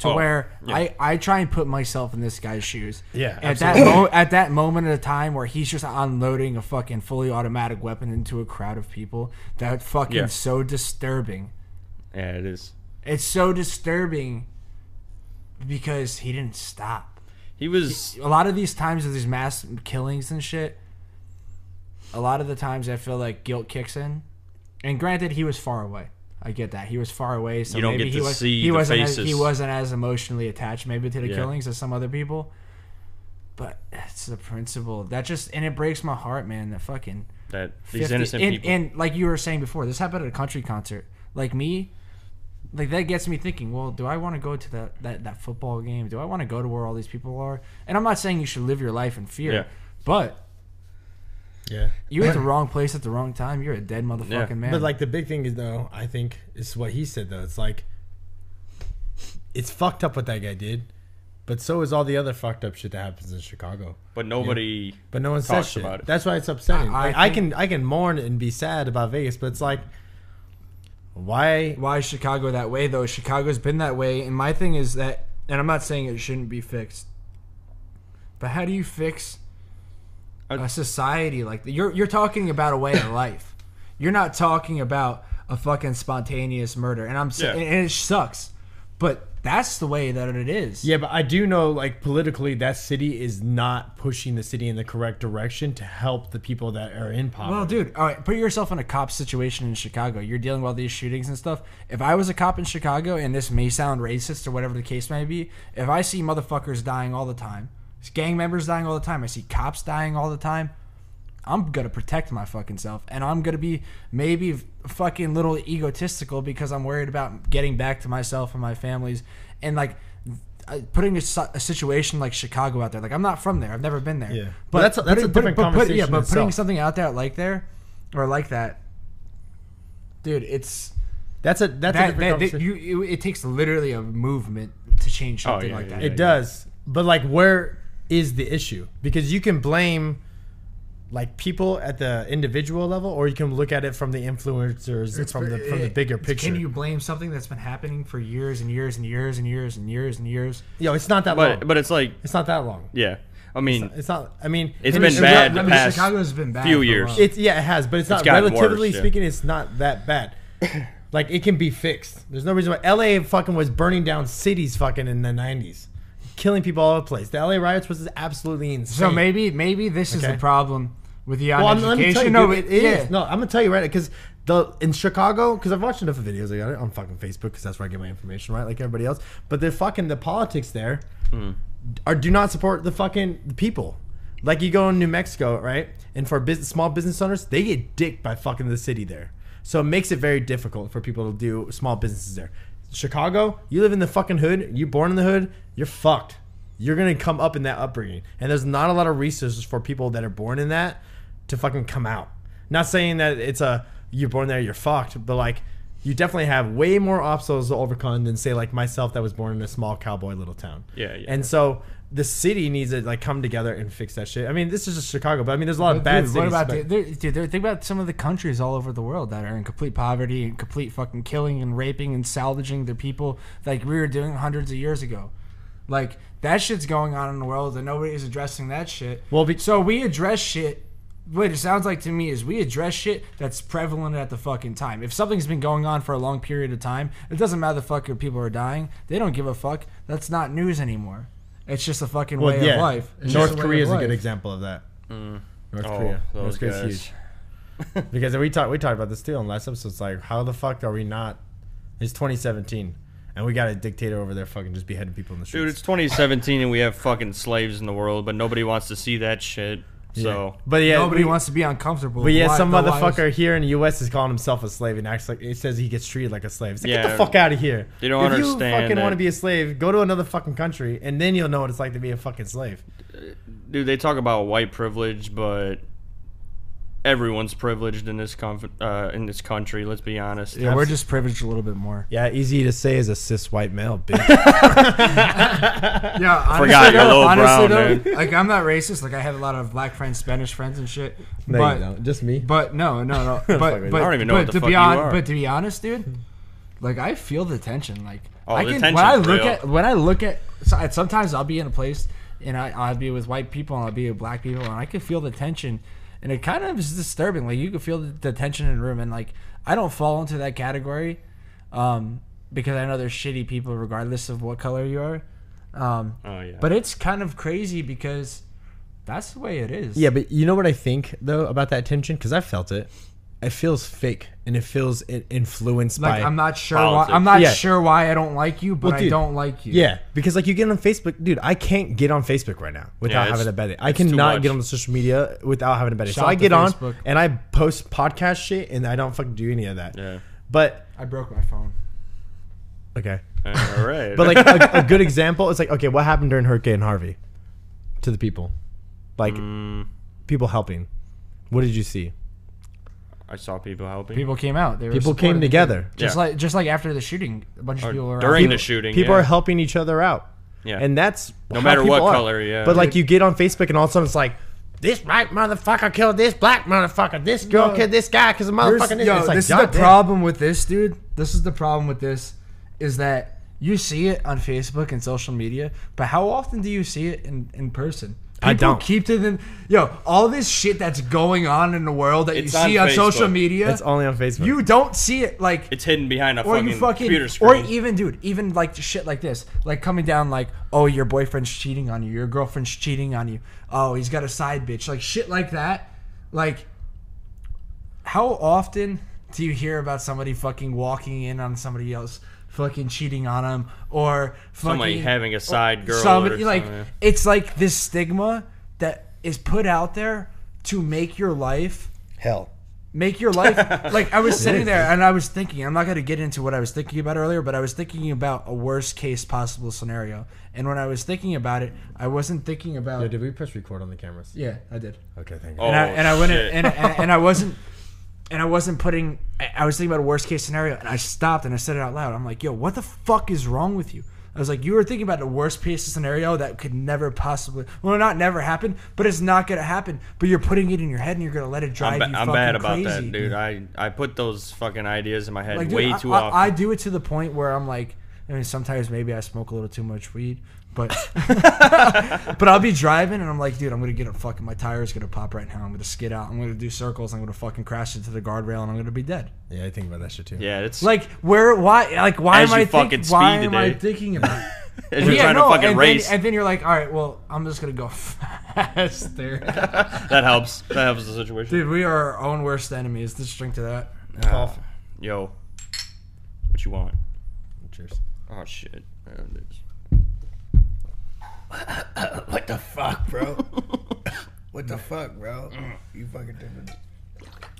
B: to
C: Oh,
B: where
C: yeah.
B: I I try and put myself in this guy's shoes.
E: Yeah,
B: At that mo- at that moment of time where he's just unloading a fucking fully automatic weapon into a crowd of people, that fucking
C: Yeah.
B: so disturbing.
C: Yeah, it is.
B: It's so disturbing because he didn't stop
C: He was.
B: a lot of these times of these mass killings and shit, a lot of the times I feel like guilt kicks in. And granted, he was far away. I get that he was far away, so
C: You don't
B: maybe
C: get
B: he
C: to
B: was
C: see
B: he
C: the
B: wasn't As, he
C: faces.
B: wasn't as emotionally attached maybe to the
C: Yeah.
B: killings as some other people. But it's the principle that just and it breaks my heart, man. That fucking
C: that these
B: 50
C: innocent
B: and,
C: people.
B: And like you were saying before, this happened at a country concert. Like me, like that gets me thinking. Well, do I want to go to that that that football game? Do I want to go to where all these people are? And I'm not saying you should live your life in fear,
C: Yeah.
B: but
A: Yeah.
B: you're at the wrong place at the wrong time. You're a dead motherfucking
C: Yeah.
B: man.
A: But like the big thing is though, I think is what he said though. It's like it's fucked up what that guy did, but so is all the other fucked up shit that happens in Chicago.
C: but nobody.
A: But no one says
C: Talks
A: shit.
C: about it.
A: That's why it's upsetting.
B: I- I
A: I, I,
B: think-
A: can I can mourn and be sad about Vegas, but it's like why
B: why is Chicago that way though? Chicago's been that way, and my thing is that, and I'm not saying it shouldn't be fixed, but how do you fix
C: I-
B: a society like that? You're you're talking about a way of life. You're not talking about a fucking spontaneous murder, and I'm saying,
C: Yeah.
B: and it sucks, but that's the way that it is.
A: Yeah, but I do know like politically that city is not pushing the city in the correct direction to help the people that are in poverty.
B: Well, dude, all right, put yourself in a cop situation in Chicago. You're dealing with all these shootings and stuff. If I was a cop in Chicago, and this may sound racist or whatever the case may be, if I see motherfuckers dying all the time, gang members dying all the time, I see cops dying all the time, I'm gonna protect my fucking self, and I'm gonna be maybe fucking little egotistical because I'm worried about getting back to myself and my families, and like uh, putting a, si- a situation like Chicago out there. Like I'm not from there, I've never been there.
A: Yeah. But that's a- that's a different
B: yeah,
A: conversation
B: but putting
A: itself.
B: something out there like there, or like that, dude, it's
A: That's a that's a
B: that,
A: different
B: that, that
A: conversation.
B: you, you it takes literally a movement to change
C: Oh,
B: something
C: yeah,
B: like
C: yeah,
B: that.
C: yeah.
A: It does. But like where is the issue? Because you can blame like people at the individual level or you can look at it from the influencers from the from the bigger picture.
B: Can you blame something that's been happening for years and years and years and years and years and years?
A: Yo, it's not that
C: But
A: long.
C: but it's like
A: it's not that long.
C: yeah. I mean,
A: It's not I mean
C: It's
A: maybe
C: been
A: Chicago-
C: bad
B: uh,
C: the
B: I mean,
C: past
B: Chicago's been bad
C: few
B: for a
C: years.
B: while.
A: It's yeah, it has, but it's not
C: gotten
A: relatively
C: worse, yeah.
A: speaking. It's not that bad. like it can be fixed. There's no reason why L.A. fucking was burning down cities fucking in the '90s, killing people all over the place. The L.A. riots was absolutely insane.
B: So maybe maybe this is
A: Okay.
B: the problem with the
A: well,
B: on
A: I'm, let me tell you,
B: education. No,
A: dude,
B: it
A: it
B: yeah.
A: is. No, I'm gonna tell you right because the in Chicago because I've watched enough of videos. I got it on fucking Facebook because that's where I get my information, right? Like everybody else. But they're fucking the politics there are do not support the fucking people. Like you go in New Mexico, right? And for business, small business owners, they get dicked by fucking the city there. So it makes it very difficult for people to do small businesses there.
D: Chicago, you live in the fucking hood, you born in the hood, you're fucked. You're gonna come up in that upbringing, and there's not a lot of resources for people that are born in that to fucking come out. Not saying that it's a you're born there, you're fucked, but like you definitely have way more obstacles to overcome than say like myself that was born in a small cowboy little town.
C: Yeah, yeah.
D: And so the city needs to like come together and fix that shit. I mean, this is just Chicago, but I mean, there's a lot of bad
B: Dude,
D: cities.
B: what about
D: but-
B: the, there- dude? there- Think about some of the countries all over the world that are in complete poverty and complete fucking killing and raping and salvaging their people, like we were doing hundreds of years ago. Like that shit's going on in the world, and nobody's addressing that shit.
D: Well, be-
B: so we address shit. What it sounds like to me is we address shit that's prevalent at the fucking time. If something's been going on for a long period of time, it doesn't matter the fuck if people are dying. They don't give a fuck. That's not news anymore. It's just a fucking way of life. It's just
D: North
B: way
D: Korea
B: of
D: is a good
B: life.
D: example of that. North
C: Oh,
D: Korea.
C: those
D: North Korea's
C: guys.
D: huge. because we talked we talked about this too on last episode. It's like, how the fuck are we not? It's 2017, and we got a dictator over there fucking just beheading people in the
C: Dude,
D: streets.
C: it's 2017 and we have fucking slaves in the world, but nobody wants to see that shit. So
D: but yeah,
B: Nobody
D: we-
B: wants to be uncomfortable.
D: But
B: with
D: yeah,
B: li-
D: some
B: the lives-
D: motherfucker here in the U.S. is calling himself a slave and acts like it says he gets treated like a slave. It's like, get
C: Yeah.
D: the fuck out of here.
C: They don't
D: if
C: understand
D: you fucking
C: that-
D: want to be a slave, go to another fucking country, and then you'll know what it's like to be a fucking slave.
C: dude, they talk about white privilege, but everyone's privileged in this conf- uh, in this country. Let's be honest.
B: Yeah, we're just privileged a little bit more.
A: Yeah, easy to say as a cis white male, bitch.
B: Yeah, honestly,
C: Forgot you're
B: though-
C: low
B: honestly
C: brown,
B: though,
C: dude.
B: like I'm not racist. Like I had a lot of black friends, Spanish friends, and shit.
A: no,
B: but
A: you don't. Just me.
B: but no, no, no. But
A: with you.
B: but
C: I don't even know
B: but
C: what the
B: to
C: fuck
B: be
C: you
B: on,
C: are.
B: But to be honest, dude, like I feel the tension. Like
C: Oh,
B: I
C: the
B: can when
C: tension's
B: I look
C: real.
B: at when I look at so- I- sometimes I'll be in a place and I I'll be with white people and I'll be with black people and I can feel the tension and it kind of is disturbing. Like you can feel the, the tension in the room and like I don't fall into that category. Um, because I know there's shitty people regardless of what color you are. Um,
C: Oh yeah.
B: but it's kind of crazy because that's the way it is.
A: Yeah, but you know what I think though about that tension because I felt it. It feels fake and it feels i- influenced
B: Like
A: by.
B: I'm not sure
C: Politics.
B: why I'm not
A: Yeah.
B: sure why I don't like you, but
A: Well, dude,
B: I don't like you.
A: yeah, because like you get on Facebook, dudude. I can't get on Facebook right now
C: Yeah,
A: without
C: it's-
A: having a bed. I
C: it's too
A: cannot
C: much.
A: get on the social media without having a bed. So
B: Shout
A: I
B: out
A: get
B: to
A: on
B: Facebook.
A: and I post podcast shit, and I don't fucking do any of that.
C: yeah.
A: But
B: I broke my phone.
A: okay,
C: Uh, All right.
A: But like a, a good example is like, okay, what happened during Hurricane Harvey to the people? Like
C: Mm.
A: people helping. What did you see?
C: I saw people helping.
B: People came out. They were
A: People came
B: supporting each other.
A: together.
B: Just
C: Yeah.
B: like just like after the shooting, a bunch of
C: Or
B: people were out.
C: during
B: People-
C: the shooting.
A: People
C: yeah.
A: are helping each other out.
C: Yeah.
A: And that's
C: No
A: how
C: matter what
A: people are.
C: color, yeah.
A: But like you get on Facebook and all of a sudden it's like this white motherfucker killed this black motherfucker. This girl
D: No.
A: killed this guy because a
B: Here's-
A: motherfucker.
B: yo,
A: it's like,
B: this is the
A: God damn.
B: problem with this, dude. This is the problem with this, is that you see it on Facebook and social media, but how often do you see it in, in person?
A: I
B: People
A: don't.
B: keep to them. Yo, all this shit that's going on in the world that
C: It's
B: you see
C: on
B: on social
C: Facebook.
B: media,
A: It's only on Facebook.
B: you don't see it like
C: It's hidden behind a
B: or
C: fucking,
B: you fucking
C: computer screen.
B: or even dude even like shit like this like coming down like oh your boyfriend's cheating on you your girlfriend's cheating on you oh he's got a side bitch like shit like that like how often do you hear about somebody fucking walking in on somebody else fucking cheating on them or fucking
C: Somebody having a side girl.
B: somebody
C: or
B: like
C: something.
B: it's like this stigma that is put out there to make your life
A: hell.
B: make your life like i was sitting there and i was thinking i'm not going to get into what i was thinking about earlier but i was thinking about a worst case possible scenario and when i was thinking about it i wasn't thinking about
D: Did we press record on the cameras?
B: yeah i did
A: Okay, thank you.
C: Oh,
B: and I, and I went
C: shit.
B: and, and, and I wasn't and I wasn't putting I- I was thinking about a worst case scenario and I stopped and I said it out loud. I'm like, yo, what the fuck is wrong with you? I was like, you were thinking about the worst case scenario that could never possibly well not never happen, but it's not gonna happen. But you're putting it in your head and you're gonna let it drive
C: I'm,
B: you
C: ba- I'm
B: fucking
C: bad about
B: crazy.
C: that, dude. I, I put those fucking ideas in my head
B: Like, dude,
C: way
B: I,
C: too
B: I-
C: often.
B: I do it to the point where I'm like, I mean, sometimes maybe I smoke a little too much weed, but but I'll be driving and I'm like, dude, I'm gonna get a fucking my tire's gonna pop right now. I'm gonna skid out. I'm gonna do circles. I'm gonna fucking crash into the guardrail and I'm gonna be dead.
A: Yeah, I think about that shit too.
C: yeah, it's like
B: Like where? Why? Like why
C: As
B: am
C: you
B: I
C: fucking
B: thinking?
C: speed
B: Why am I
C: today.
B: thinking about? it?
C: as you're
B: Yeah,
C: trying
B: no,
C: to fucking
B: and
C: race.
B: Then, and then you're like, all right, well, I'm just gonna go faster.
C: that helps. That helps the situation.
B: Dude, we are our own worst enemies. Let's drink to that.
C: Ah, yo, what you want?
A: Cheers.
C: Oh shit. There it is.
F: What the fuck, bro? what the fuck, bro? You fucking took the,
C: Mm.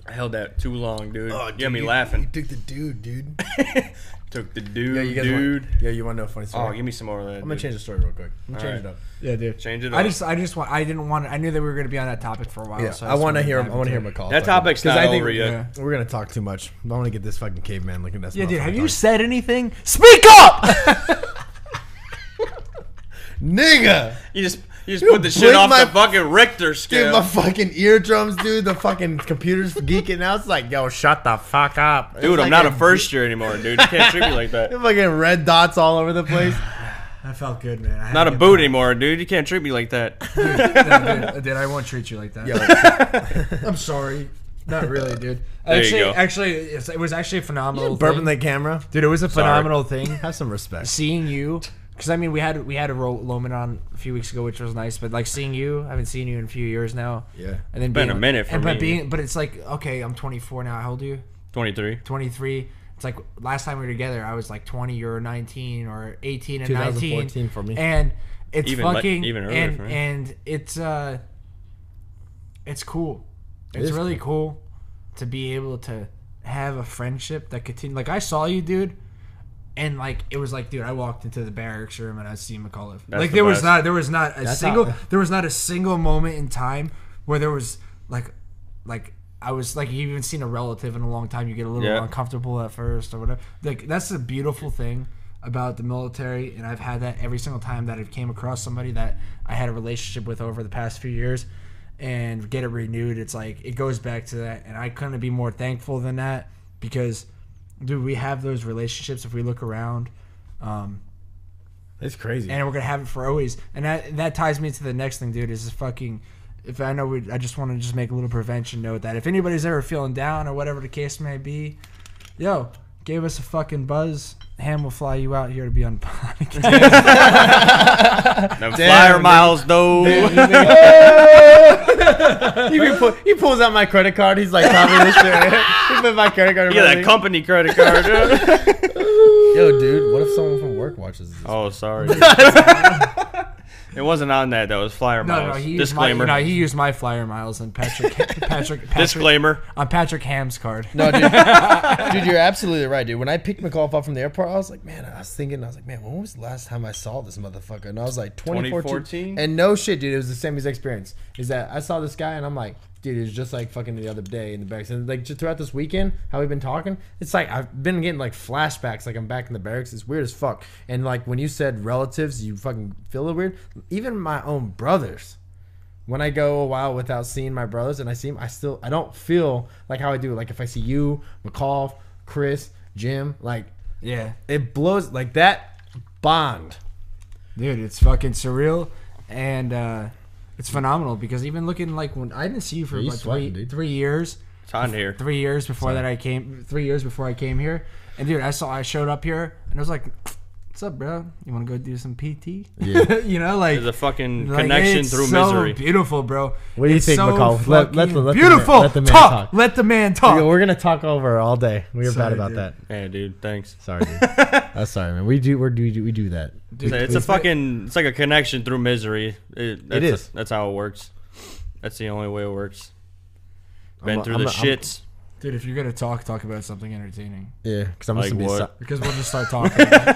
C: I held that too long, dude.
F: oh,
C: you got
F: dude,
C: me
F: you-
C: laughing.
F: You took the dude, dude.
C: Took the dude,
A: Yeah, you guys
C: dude.
A: Want, yeah, you want to know a funny story?
C: Oh, give me some more of that.
A: I'm gonna change the story real quick. I'm gonna change
C: All
A: it up.
B: Yeah, dude.
C: Change it. Up.
B: I just, I just want, I didn't want, I knew that we were going to be on that topic for a while.
A: Yeah,
B: so
A: I want to
B: just
A: hear.
B: wanted
A: I want to
B: dive
A: hear
B: into it.
A: McCall.
C: that topic's not
A: I think-
C: over yet.
B: yeah.
A: We're gonna talk too much. I want to get this fucking caveman looking at us.
B: Yeah, dude.
A: motherfucker
B: Have you
A: talking.
B: said anything? Speak up.
A: nigga?
C: You just you just put the shit
A: break
C: off
A: my-
C: the fucking Richter
A: Dude,
C: scale.
A: my fucking eardrums, dude. The fucking computer's geeking out. It's like, yo, shut the fuck up, It's
C: dude, I'm
A: like
C: not a first year anymore, dude. You can't treat me like that.
A: Fucking red dots all over the place.
B: I felt good, man. I had
C: Not a
B: good
C: boot
B: time.
C: anymore, dude. You can't treat me like that.
B: No, dude, dude, I won't treat you like that. I'm sorry. Not really, dude.
C: you
B: actually,
C: go.
B: actually, it's, it was actually a phenomenal.
A: Burping
B: thing.
A: the camera.
B: dude, it was a phenomenal thing.
A: Have some respect.
B: Seeing you, because I mean, we had we had a Ro- Loman on a few weeks ago, which was nice. But like seeing you, I haven't seen you in a few years now.
A: Yeah.
B: and then
C: Been
B: being-
C: a minute for
B: and, But
C: me.
B: being, but it's like okay, I'm 24 now. How old are you?
C: 23.
B: 23. It's like last time we were together, I was like 20 or 19 or 18 and 19
A: 2014 for me.
B: And it's
C: Even le-
B: fucking
C: even earlier
B: and,
C: for me.
B: and it's uh it's cool. It's
A: is
B: really cool. to be able to have a friendship that continue. Like I saw you, dude. And like it was like, dude, I walked into the barracks room and I see McAuliffe.
C: That's
B: like
C: the
B: there was
C: best.
B: not there was not a single
A: how-
B: there was not a single moment in time where there was like like I was like you even seen a relative in a long time. You get a little
C: Yeah.
B: uncomfortable at first or whatever. Like that's the beautiful thing about the military, and I've had that every single time that I've came across somebody that I had a relationship with over the past few years, and get it renewed. It's like it goes back to that, and I couldn't be more thankful than that because, dude, we have those relationships. If we look around, um,
A: It's crazy.
B: and we're gonna have it for always. And that that ties me to the next thing, dude. Is this fucking? If I know, we, I just want to just make a little prevention note that if anybody's ever feeling down or whatever the case may be, yo, give us a fucking buzz. Ham will fly you out here to be on the podcast.
C: No flyer miles though.
A: You can pull, he pulls out my credit card. He's like, "Tommy, this shit." He put my credit card. in
C: Yeah,
A: front of
C: that
A: me.
C: company credit card. dude.
A: Yo, dude, what if someone from work watches this?
C: oh, sorry. it wasn't on that though. It was flyer
B: no, no,
C: miles.
B: he used my,
C: Disclaimer.
B: no, he used my flyer miles and Patrick, Patrick, Patrick
C: Disclaimer.
B: on Patrick Ham's card.
A: No, dude, dude, you're absolutely right, dude. When I picked McAuliffe up from the airport, I was like, man, I was thinking, I was like, man, when was the last time I saw this motherfucker? And I was like, 2014.
C: 2014?
A: And no shit, dude, it was the same exact experience. Is that I saw this guy and I'm like, dude, it was just like fucking the other day in the barracks. And like just throughout this weekend, how we've been talking, it's like I've been getting like flashbacks, like I'm back in the barracks. It's weird as fuck. And like when you said relatives, you fucking feel it weird. Even my own brothers when I go a while without seeing my brothers and I see them, I still I don't feel like how I do. Like if I see you, McCall, Chris, Jim, like
B: Yeah,
A: it blows like that bond.
B: dude it's fucking surreal and uh it's phenomenal because even looking like when i didn't see you for
A: you
B: like
A: sweating,
B: three,
A: dude.
B: three years
C: It's on here.
B: three years before that i came three years before i came here and dude i saw i showed up here and i was like what's up bro you want to go do some pt yeah. you know like
C: There's a fucking
B: like,
C: connection
B: it's
C: through
B: so
C: misery.
B: beautiful bro
A: What do you
B: It's
A: think,
B: so
A: McCall? Let- let
B: fucking
A: the- let the man-
B: beautiful
A: let the man
B: talk.
A: talk.
B: let the man talk
A: Yeah, we're gonna talk over all day. We are
B: Sorry,
A: bad about
B: dude.
A: that.
C: Yeah, dude. Thanks.
A: Sorry, dude. I'm sorry, man. We do we do we do, we do that.
B: Dude,
C: it's a fucking. It's like a connection through misery. It, that's
A: is.
C: that's how it works. That's the only way it works.
A: I'm
C: Been
A: a-
C: through
A: I'm
C: the
A: a- I'm-
C: shits.
B: dude if you're gonna talk talk about something entertaining
A: Yeah, because I'm
C: Like
A: supposed to be.
C: what?
A: si-
B: because we'll just start talking about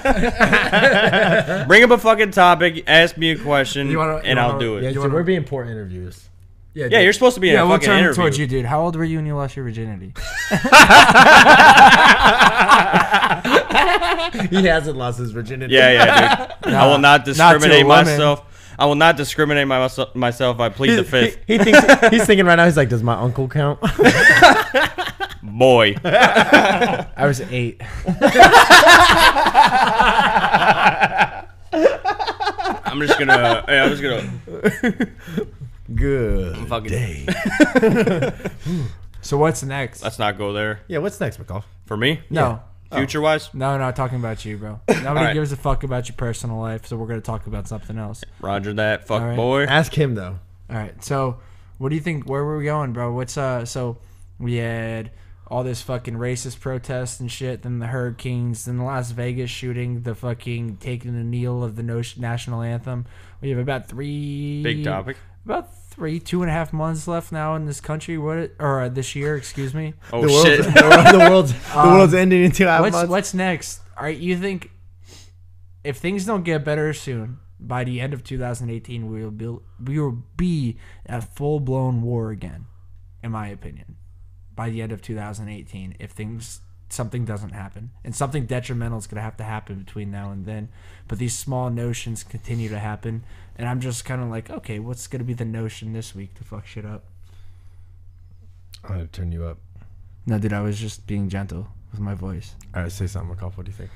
B: it.
C: Bring up a fucking topic. Ask me a question,
B: You wanna-
C: and
B: you
C: I'll
B: wanna-
C: do it.
A: Yeah,
B: You
A: dude,
B: wanna-
A: we're being poor interviewers.
C: Yeah, you're supposed to be in
B: yeah,
C: a
B: we'll
C: fucking
B: turn
C: interview.
B: towards you, dude. How old were you when you lost your virginity?
A: he hasn't lost his virginity.
C: Yeah, yeah, dude. I will not
B: to a
C: discriminate
B: woman.
C: myself. I will not discriminate my, myself. I plead the fifth.
A: He, he thinks he's thinking right now. He's like, does my uncle count?
C: Boy.
B: I was eight.
C: I'm just gonna. yeah, I'm just gonna
A: Good.
C: fucking.
B: So what's next?
C: Let's not go there.
A: Yeah. What's next, McCall?
C: For me,
B: no,
C: future wise,
B: no, no. Talking about you, bro. Nobody
C: right.
B: gives a fuck about your personal life, so we're gonna talk about something else.
C: Roger that, fuck
B: All right.
C: boy.
A: Ask him though.
B: All right. So, what do you think? Where were we going, bro? What's uh? So we had all this fucking racist protests and shit. Then the hurricanes. Then the Las Vegas shooting. The fucking taking the kneel of the no- national anthem. We have about three
C: Big topic.
B: About three, two and a half months left now in this country. What it, or uh, this year? Excuse me.
C: Oh
A: the world's,
C: shit! Um,
A: The, world, the world's the world's ending in two and a half
B: What's
A: months.
B: what's next? All right, you think if things don't get better soon, by the end of 2018, we will be we will be at full blown war again, in my opinion. By the end of 2018, if things something doesn't happen and something detrimental is going to have to happen between now and then, but these small notions continue to happen, and I'm just kind of like, okay, what's going to be the notion this week to fuck shit up?
A: I'm gonna turn you up.
B: No, dude, I was just being gentle with my voice.
A: All right, say something, McCall. What do you think?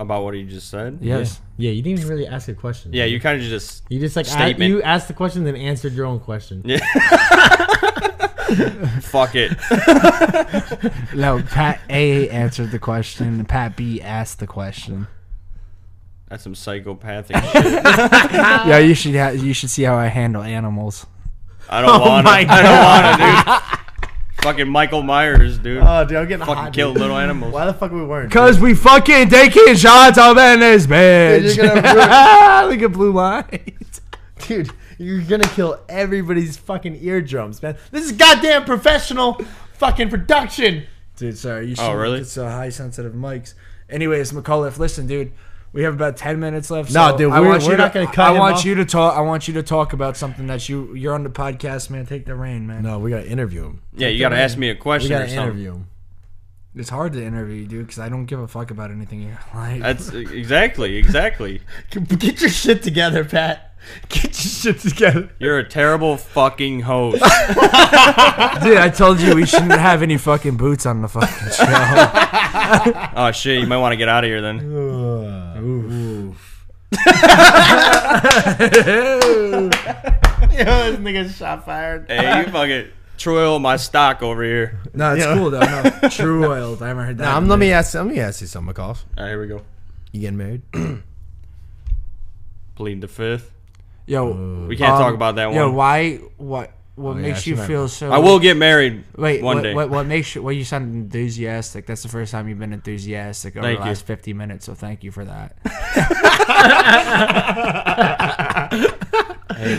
C: About what he just said.
B: Yes.
A: Yeah, you didn't even really ask a question.
C: Yeah, you kind of just
A: You just like a-
C: Statement.
A: you asked the question, then answered your own question.
C: fuck it.
B: No, Pat A answered the question. and Pat B asked the question.
C: That's some psychopathic shit.
A: Ah.
B: yeah, you should ha- you should see how I handle animals.
C: I don't
A: Oh
C: want to. I don't want to, dude. Fucking Michael Myers, dude.
A: Oh, dude, I'm getting
C: Fucking
A: hot.
C: kill
A: dude.
C: little animals.
A: Why the fuck we weren't?
B: Cause we fucking taking shots up in this bitch.
A: You're gonna
B: like a blue light.
A: dude, you're gonna kill everybody's fucking eardrums, man. This is goddamn professional fucking production.
B: Dude, sorry. You should
C: Oh, really?
B: It's uh, high sensitive mics. Anyways, McAuliffe, listen, dude. We have about ten minutes left.
A: No,
B: so
A: dude,
B: I
A: we're-
B: want you
A: we're
B: to-
A: not gonna cut
B: I
A: him
B: want
A: off.
B: you to talk. I want you to talk about something that you you're on the podcast, man. Take the reign, man.
A: No, we gotta interview him.
C: yeah, you gotta ask me a
A: We
C: question or
A: gotta
C: something.
A: interview him.
B: It's hard to interview you, dude, because I don't give a fuck about anything in your life.
C: That's e, exactly, exactly.
A: Get your shit together, Pat. Get your shit together.
C: You're a terrible fucking host.
B: Dude, I told you we shouldn't have any fucking boots on the fucking show.
C: Oh shit, you might want to get out of here then.
A: Yo, this nigga shot fired.
C: Hey, you fucking troll my stock over here.
B: no, it's
A: Yeah.
B: cool though. No, true oiled. I haven't heard that.
A: Nah, I'm,
B: in
A: let
B: years.
A: me ask. Let me ask you something, McCall.
C: All right, here we go.
A: You getting married?
C: Plead the fifth.
B: Yo,
C: We can't
B: um,
C: talk about that one.
B: Yo, why? What? What
A: Oh, yeah,
B: makes
A: she
B: you
A: might
B: feel so?
C: I will get married
B: Wait,
C: one
B: what,
C: day.
B: What, what makes you? Well, you sound enthusiastic. That's the first time you've been enthusiastic over
C: Thank
B: the
C: you.
B: last 50 minutes. So thank you for that.
C: Hey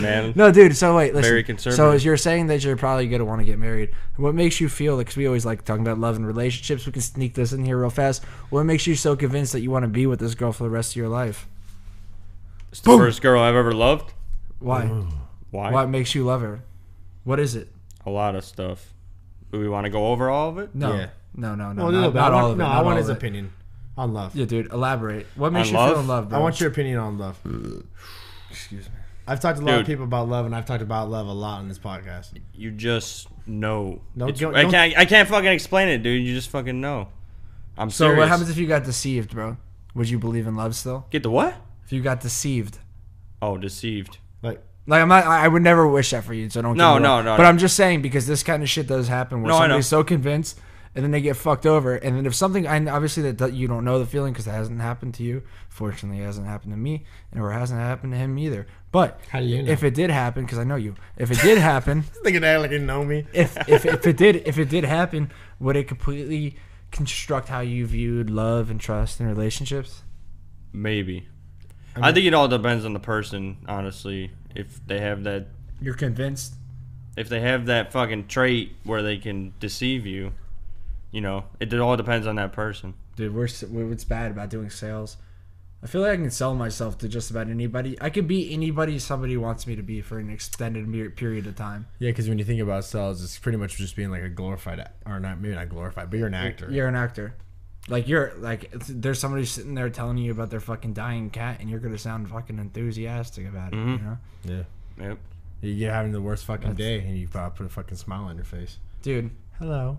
C: man,
B: No, dude. So wait, listen.
C: Very
B: So
C: conservative.
B: as you're saying that you're probably gonna want to get married, what makes you feel? Because we always like talking about love and relationships. We can sneak this in here real fast. What makes you so convinced that you want to be with this girl for the rest of your life?
C: it's the first girl I've ever loved.
B: Why?
C: Why?
B: What makes you love her? What is it?
C: A lot of stuff. Do we want to go over all of it?
B: No,
A: Yeah.
B: no, no, no.
A: Well,
B: not,
A: no, but
B: not
A: I
B: all
A: want-
B: of it.
A: No,
B: not
A: I want
B: all
A: his
B: of it.
A: opinion on love.
B: Yeah, dude, elaborate. What makes
C: On
B: you
C: love?
B: feel in love, bro?
A: I want your opinion on love. Excuse me. I've talked to a lot of
C: Dude.
A: people about love, and I've talked about love a lot on this podcast.
C: You just know.
A: No,
C: It's-
A: don't-
C: I
A: don't-
C: can't. I can't fucking explain it, dude. You just fucking know. I'm
B: So
C: serious.
B: what happens if you got deceived, bro? Would you believe in love still?
C: Get the what?
B: If you got deceived,
C: Oh, deceived.
A: Like,
B: like I'm not, I I would never wish that for you. So don't.
C: No,
B: get me wrong.
C: no, no,
B: But
C: no.
B: I'm just saying because this kind of shit does happen where
C: No, I know.
B: somebody's so convinced and then they get fucked over, and then if something, and obviously that do- you don't know the feeling because that hasn't happened to you. Fortunately, it hasn't happened to me, and or it hasn't happened to him either. But
A: How do you know?
B: if it did happen, because I know you, if it did happen.
A: thinking that like you know me.
B: if if if it did if it did happen, would it completely construct how you viewed love and trust and relationships?
C: Maybe. I, think it all depends on the person, honestly. If they have that,
B: You're convinced.
C: if they have that fucking trait where they can deceive you, you know, it, it all depends on that person.
B: Dude, we're, s- we're what's bad about doing sales. I feel like I can sell myself to just about anybody. I could be anybody somebody wants me to be for an extended mer- period of time.
A: Yeah, because when you think about sales, it's pretty much just being like a glorified, a- or not maybe not glorified, but you're an actor.
B: You're an actor. Like you're like it's- there's somebody sitting there telling you about their fucking dying cat, and you're gonna sound fucking enthusiastic about
C: Mm-hmm.
B: it. You know,
A: yeah.
C: Yep.
A: You're having the worst fucking day, and you probably put a fucking smile on your face.
B: dude.
A: Hello.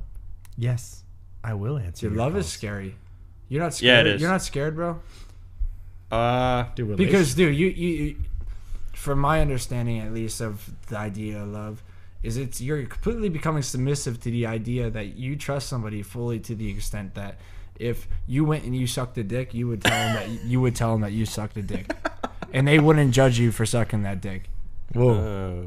A: Yes, I will answer.
B: Dude,
A: your
B: love is
A: calls.
B: scary. You're not
C: Yeah, it
B: scared.
C: is.
B: You're not scared, bro.
C: Uh,
A: Dude, relation-
B: because dude you, you you- from my understanding at least of the idea of love is it's you're completely becoming submissive to the idea that you trust somebody fully to the extent that if you went and you sucked a dick you would tell them that you would tell them that you sucked a dick and they wouldn't judge you for sucking that dick
A: whoa,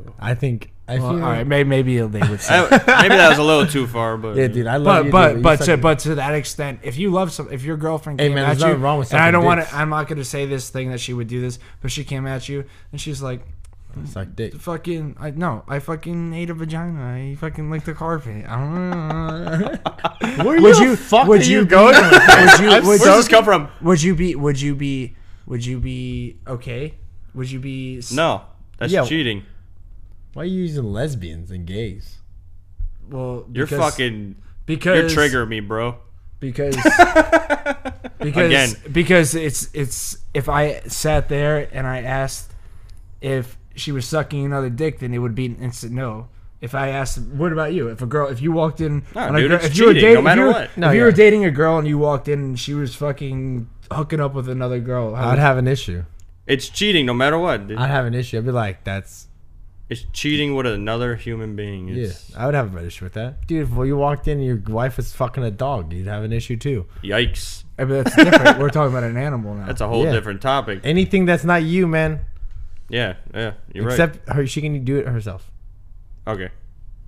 C: oh.
A: I think I
B: well,
A: feel.
B: all right may, maybe they would say
C: I- maybe that was a little too far, but
A: Yeah, dude, I love
B: but
A: you.
B: but
A: dude,
B: but
A: you
B: to,
A: suck-
B: but to that extent, if you love some, if your girlfriend
A: Hey,
B: came
A: man,
B: at
A: there's
B: you,
A: nothing wrong with
B: and I
A: sucking
B: don't want
A: dicks.
B: to, I'm not going to say this thing that she would do this, but she came at you and she's like,
A: Suck dick.
B: Fucking I no, I fucking ate a vagina. I fucking licked the carpet. I don't know.
A: Where
B: would
A: the
B: you
A: fuck
B: would
A: are
B: you
A: you
B: be-
A: going?
B: Would you would,
C: Where's
B: you-
C: this come from?
B: would you be would you be would you be okay? Would you be s-
C: No, that's
A: Yeah.
C: cheating.
A: Why are you using lesbians and gays?
B: Well,
C: You're
B: because-
C: fucking.
B: because
C: You're triggering me, bro.
B: because because
C: Again.
B: because it's it's if I sat there and I asked if she was sucking another dick, then it would be an instant no. If I asked, what about you? If a girl, if you walked in,
C: No,
B: on a
C: dude,
B: girl-
C: it's
B: if you were
C: cheating, no
B: dating- if
C: matter
B: you were-
C: what.
B: if
A: No,
B: you were
A: yeah.
B: dating a girl and you walked in and she was fucking hooking up with another girl, how
A: I'd
B: would-
A: have an issue.
C: It's cheating, no matter what. dude.
A: I'd have an issue. I'd be like, that's
C: It's cheating with another human being.
A: yeah.
C: It's,
A: I would have an issue with that, dude. If you walked in and your wife was fucking a dog, you'd have an issue too.
C: Yikes!
B: I mean, that's different. we're talking about an animal now.
C: That's a whole
A: Yeah.
C: different topic.
A: Anything that's not you, man.
C: yeah, yeah, you're
A: Except her, she can do it herself.
C: right. Okay,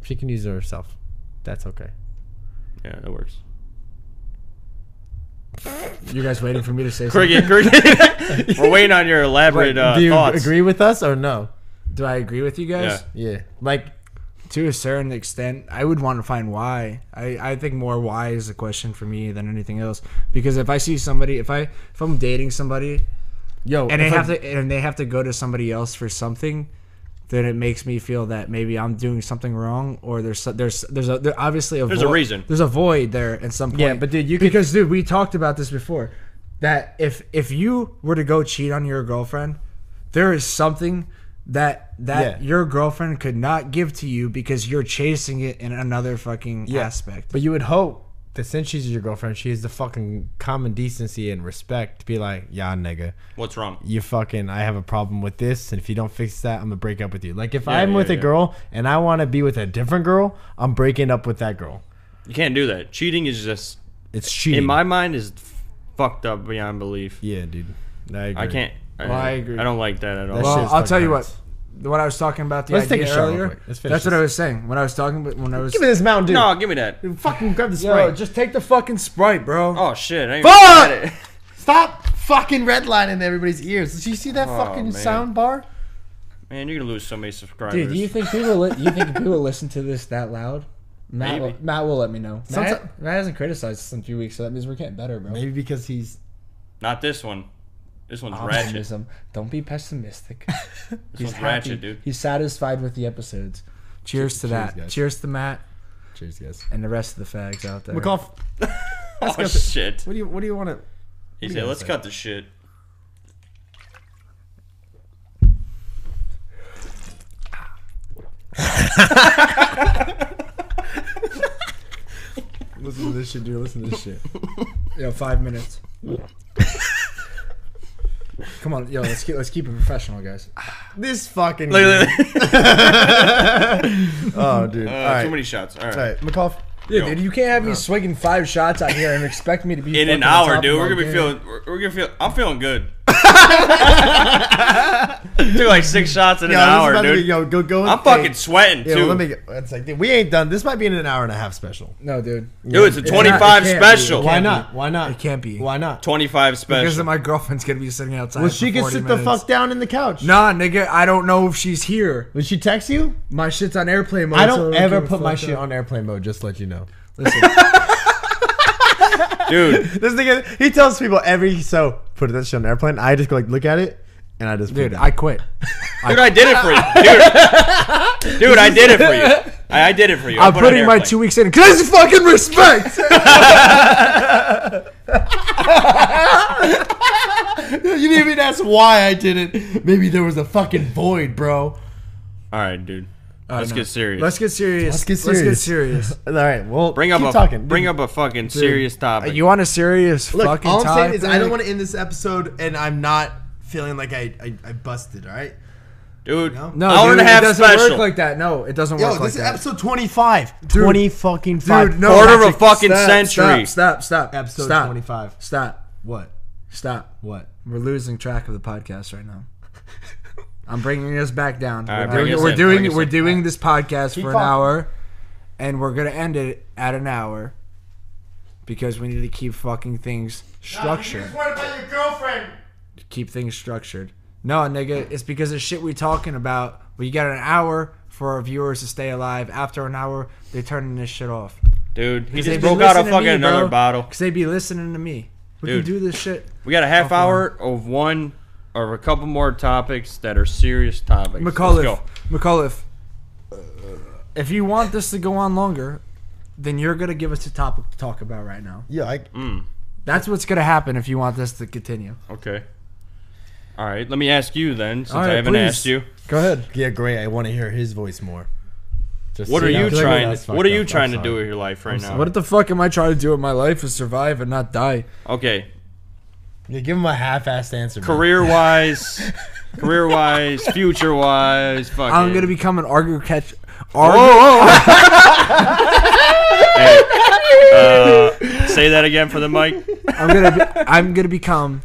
A: She can use it herself. That's okay.
C: yeah, that works.
B: you guys waiting for me to say something?
C: Cricket, cricket. We're waiting on your elaborate uh,
A: do you
C: thoughts.
A: agree with us or no?
B: Do I agree with you guys?
C: Yeah.
A: Yeah, like
B: to a certain extent i would want to find why I, I think more why is the question for me than anything else because if i see somebody if i if i'm dating somebody
A: yo,
B: and
A: if
B: they
A: I'm-
B: have to and they have to go to somebody else for something then it makes me feel that maybe i'm doing something wrong or there's so- there's there's a there obviously a
C: There's a
B: void-
C: reason.
B: there's a void there at some point
A: Yeah, but dude, you could-
B: because dude we talked about this before that if if you were to go cheat on your girlfriend there is something that that
A: Yeah.
B: your girlfriend could not give to you because you're chasing it in another fucking
A: Yeah.
B: aspect.
A: But you would hope that since she's your girlfriend, she has the fucking common decency and respect to be like, yeah, nigga,
C: What's wrong?
A: you fucking, I have a problem with this, and if you don't fix that, I'm gonna break up with you. Like if
C: Yeah,
A: I'm
C: yeah,
A: with a
C: yeah.
A: girl and I want to be with a different girl, I'm breaking up with that girl.
C: You can't do that. Cheating is just,
A: It's cheating.
C: in my mind, is f- fucked up beyond belief.
A: yeah, dude. I, agree.
C: I can't.
B: I agree.
C: I don't like that at all.
A: That
B: well,
A: shit
B: I'll
A: fucking
B: tell you
A: hurts.
B: what. What I was talking about the
A: Let's take
B: idea
A: a shot real
B: earlier.
A: quick. Let's
B: That's
A: finish
B: what
A: this.
B: I was saying. When I was talking about when I was
A: Give me this Mountain Dew.
C: no, give me that.
A: Dude, fucking grab the spray.
B: Yo, just take the fucking sprite, bro.
C: Oh shit! I ain't
A: Fuck!
C: got it.
A: Stop fucking redlining everybody's ears. Did you see that
C: Oh,
A: fucking
C: man.
A: sound bar?
C: Man, you're gonna lose so many subscribers.
B: Dude, do you think people li- you think people listen to this that loud? Matt,
C: Maybe.
B: will, Matt will let me know.
A: Someti-
B: Matt, Matt hasn't criticized us in a few weeks, so that means we're getting better, bro.
A: Maybe because he's
C: Not this one. This
A: Oh,
C: one's ratchet. This
B: Optimism. Don't be pessimistic.
C: one's ratchet, dude.
B: He's satisfied with the episodes. Cheers to that.
A: guys.
B: Cheers to Matt
A: Cheers, guys.
B: and the rest of the fags out there.
A: McCall,
C: Oh shit!
A: what do you what do you want to?
C: He said, "Let's cut the shit."
A: Listen to this shit, dude. Listen to this shit.
B: Yo, five minutes. Come on, yo, let's keep let's keep it professional, guys.
A: This fucking.
C: Look at that.
A: Oh, dude.
C: Uh,
A: All right.
C: Too many shots. All right.
A: All right, McCall.
B: Dude,
C: Yo.
B: dude, you can't have me swigging five shots out here and expect me to be
C: In
B: fucking
C: an
B: on top
C: hour,
B: of
C: dude,
B: my
C: we're gonna be
B: game.
C: feeling. We're, we're gonna feel. I'm feeling good. Took like six shots in an hour, dude.
A: yo, go, go.
C: I'm fucking sweating
A: Yeah,
C: too.
A: well, let me get. That's like, dude, we ain't done. This might be in an hour and a half special.
B: No, dude.
C: dude, it's a
B: not- it
C: 25
B: can't be.
C: special.
B: It can't
A: Why
B: be.
A: not? Why not?
B: It can't be.
A: Why not?
C: 25
B: Because
C: special.
B: my girlfriend's gonna be sitting outside.
A: Well,
B: for
A: she can
B: 40
A: sit the
B: minutes.
A: fuck down in the couch.
B: Nah, nigga, I don't know if she's here.
A: When she texts you,
B: My shit's on airplane mode.
A: I
B: so
A: don't
B: give
A: ever
B: a
A: put my
B: fuck
A: shit
B: up.
A: on airplane mode. Just to let you know.
B: Listen,
C: dude,
A: This nigga, he tells people every so put that shit on airplane. I just go like look at it, and I just put
B: dude,
A: it
B: I quit.
C: dude, I did it for you, dude. Dude, I did it for you. I, I did it for you. I
B: I'm
C: put it on
B: putting my
C: airplane.
B: two weeks in. Cause fucking respect.
A: you didn't even ask why I did it. Maybe there was a fucking void, bro.
C: All right, dude. Let's
B: no.
C: get serious.
B: Let's get serious.
A: Let's get
B: Let's get
A: serious.
B: serious.
A: All right, well,
C: bring up
A: keep
C: a
A: talking.
C: bring up a fucking serious topic.
B: You want a serious
A: Look,
B: fucking
A: all I'm saying
B: topic?
A: is I don't want to end this episode, and I'm not feeling like I I, I busted. All right,
C: dude,
B: No,
C: hour
B: dude,
C: and a half
B: it doesn't
C: special.
B: work like that. No, it doesn't
A: yo,
B: work like
A: this is
B: that.
A: episode 25, 20 fucking five,
B: Dude, no,
C: Quarter of a
B: Patrick,
C: fucking
B: stop,
C: century.
B: Stop, stop, stop.
A: episode
B: stop,
A: 25.
B: Stop,
A: What?
B: stop.
A: What?
B: We're losing track of the podcast right now. I'm bringing us back down.
C: right,
B: we're
C: bring
B: doing,
C: us
B: we're
C: in,
B: doing,
C: bring us
B: we're
C: in.
B: doing this podcast for an
A: talking.
B: hour, and we're gonna end it at an hour because we need to keep fucking things structured.
F: What about your girlfriend?
B: Keep things structured. No, nigga, it's because of shit we talking about. We got an hour for our viewers to stay alive. After an hour, they're turning this shit off.
C: Dude, he just
B: They be
C: broke out a
B: listening to
C: fucking
B: me,
C: another
B: bro,
C: bottle.
B: Cause they be listening to me. We
C: Dude.
B: can do this shit.
C: We got a half
B: Off and
C: hour of one or a couple more topics that are serious topics. Let's
B: McAuliffe,
C: go.
B: McAuliffe, if you want this to go on longer, then you're gonna give us a topic to talk about right now.
D: Yeah, I,
B: That's what's gonna happen if you want this to continue.
C: Okay. All right, let me ask you then, since
B: All
C: I
B: right,
C: haven't
B: please.
C: asked you.
B: Go ahead.
A: Yeah, great. I want to hear his voice more. Just
C: What
A: so
C: are you
A: know.
C: trying?
A: That's
C: What
A: fucked
C: are you
A: up.
C: trying to
A: I'm
C: do
A: sorry.
C: with your life right now?
B: What the fuck am I trying to do with my life? Is survive and not die.
C: Okay,
A: Yeah, give him a half-assed answer. man.
C: career wise, career wise, future wise. Fucking.
B: I'm gonna become an argue catch. Oh!
C: Uh, say that again for the mic.
B: I'm gonna be, I'm gonna become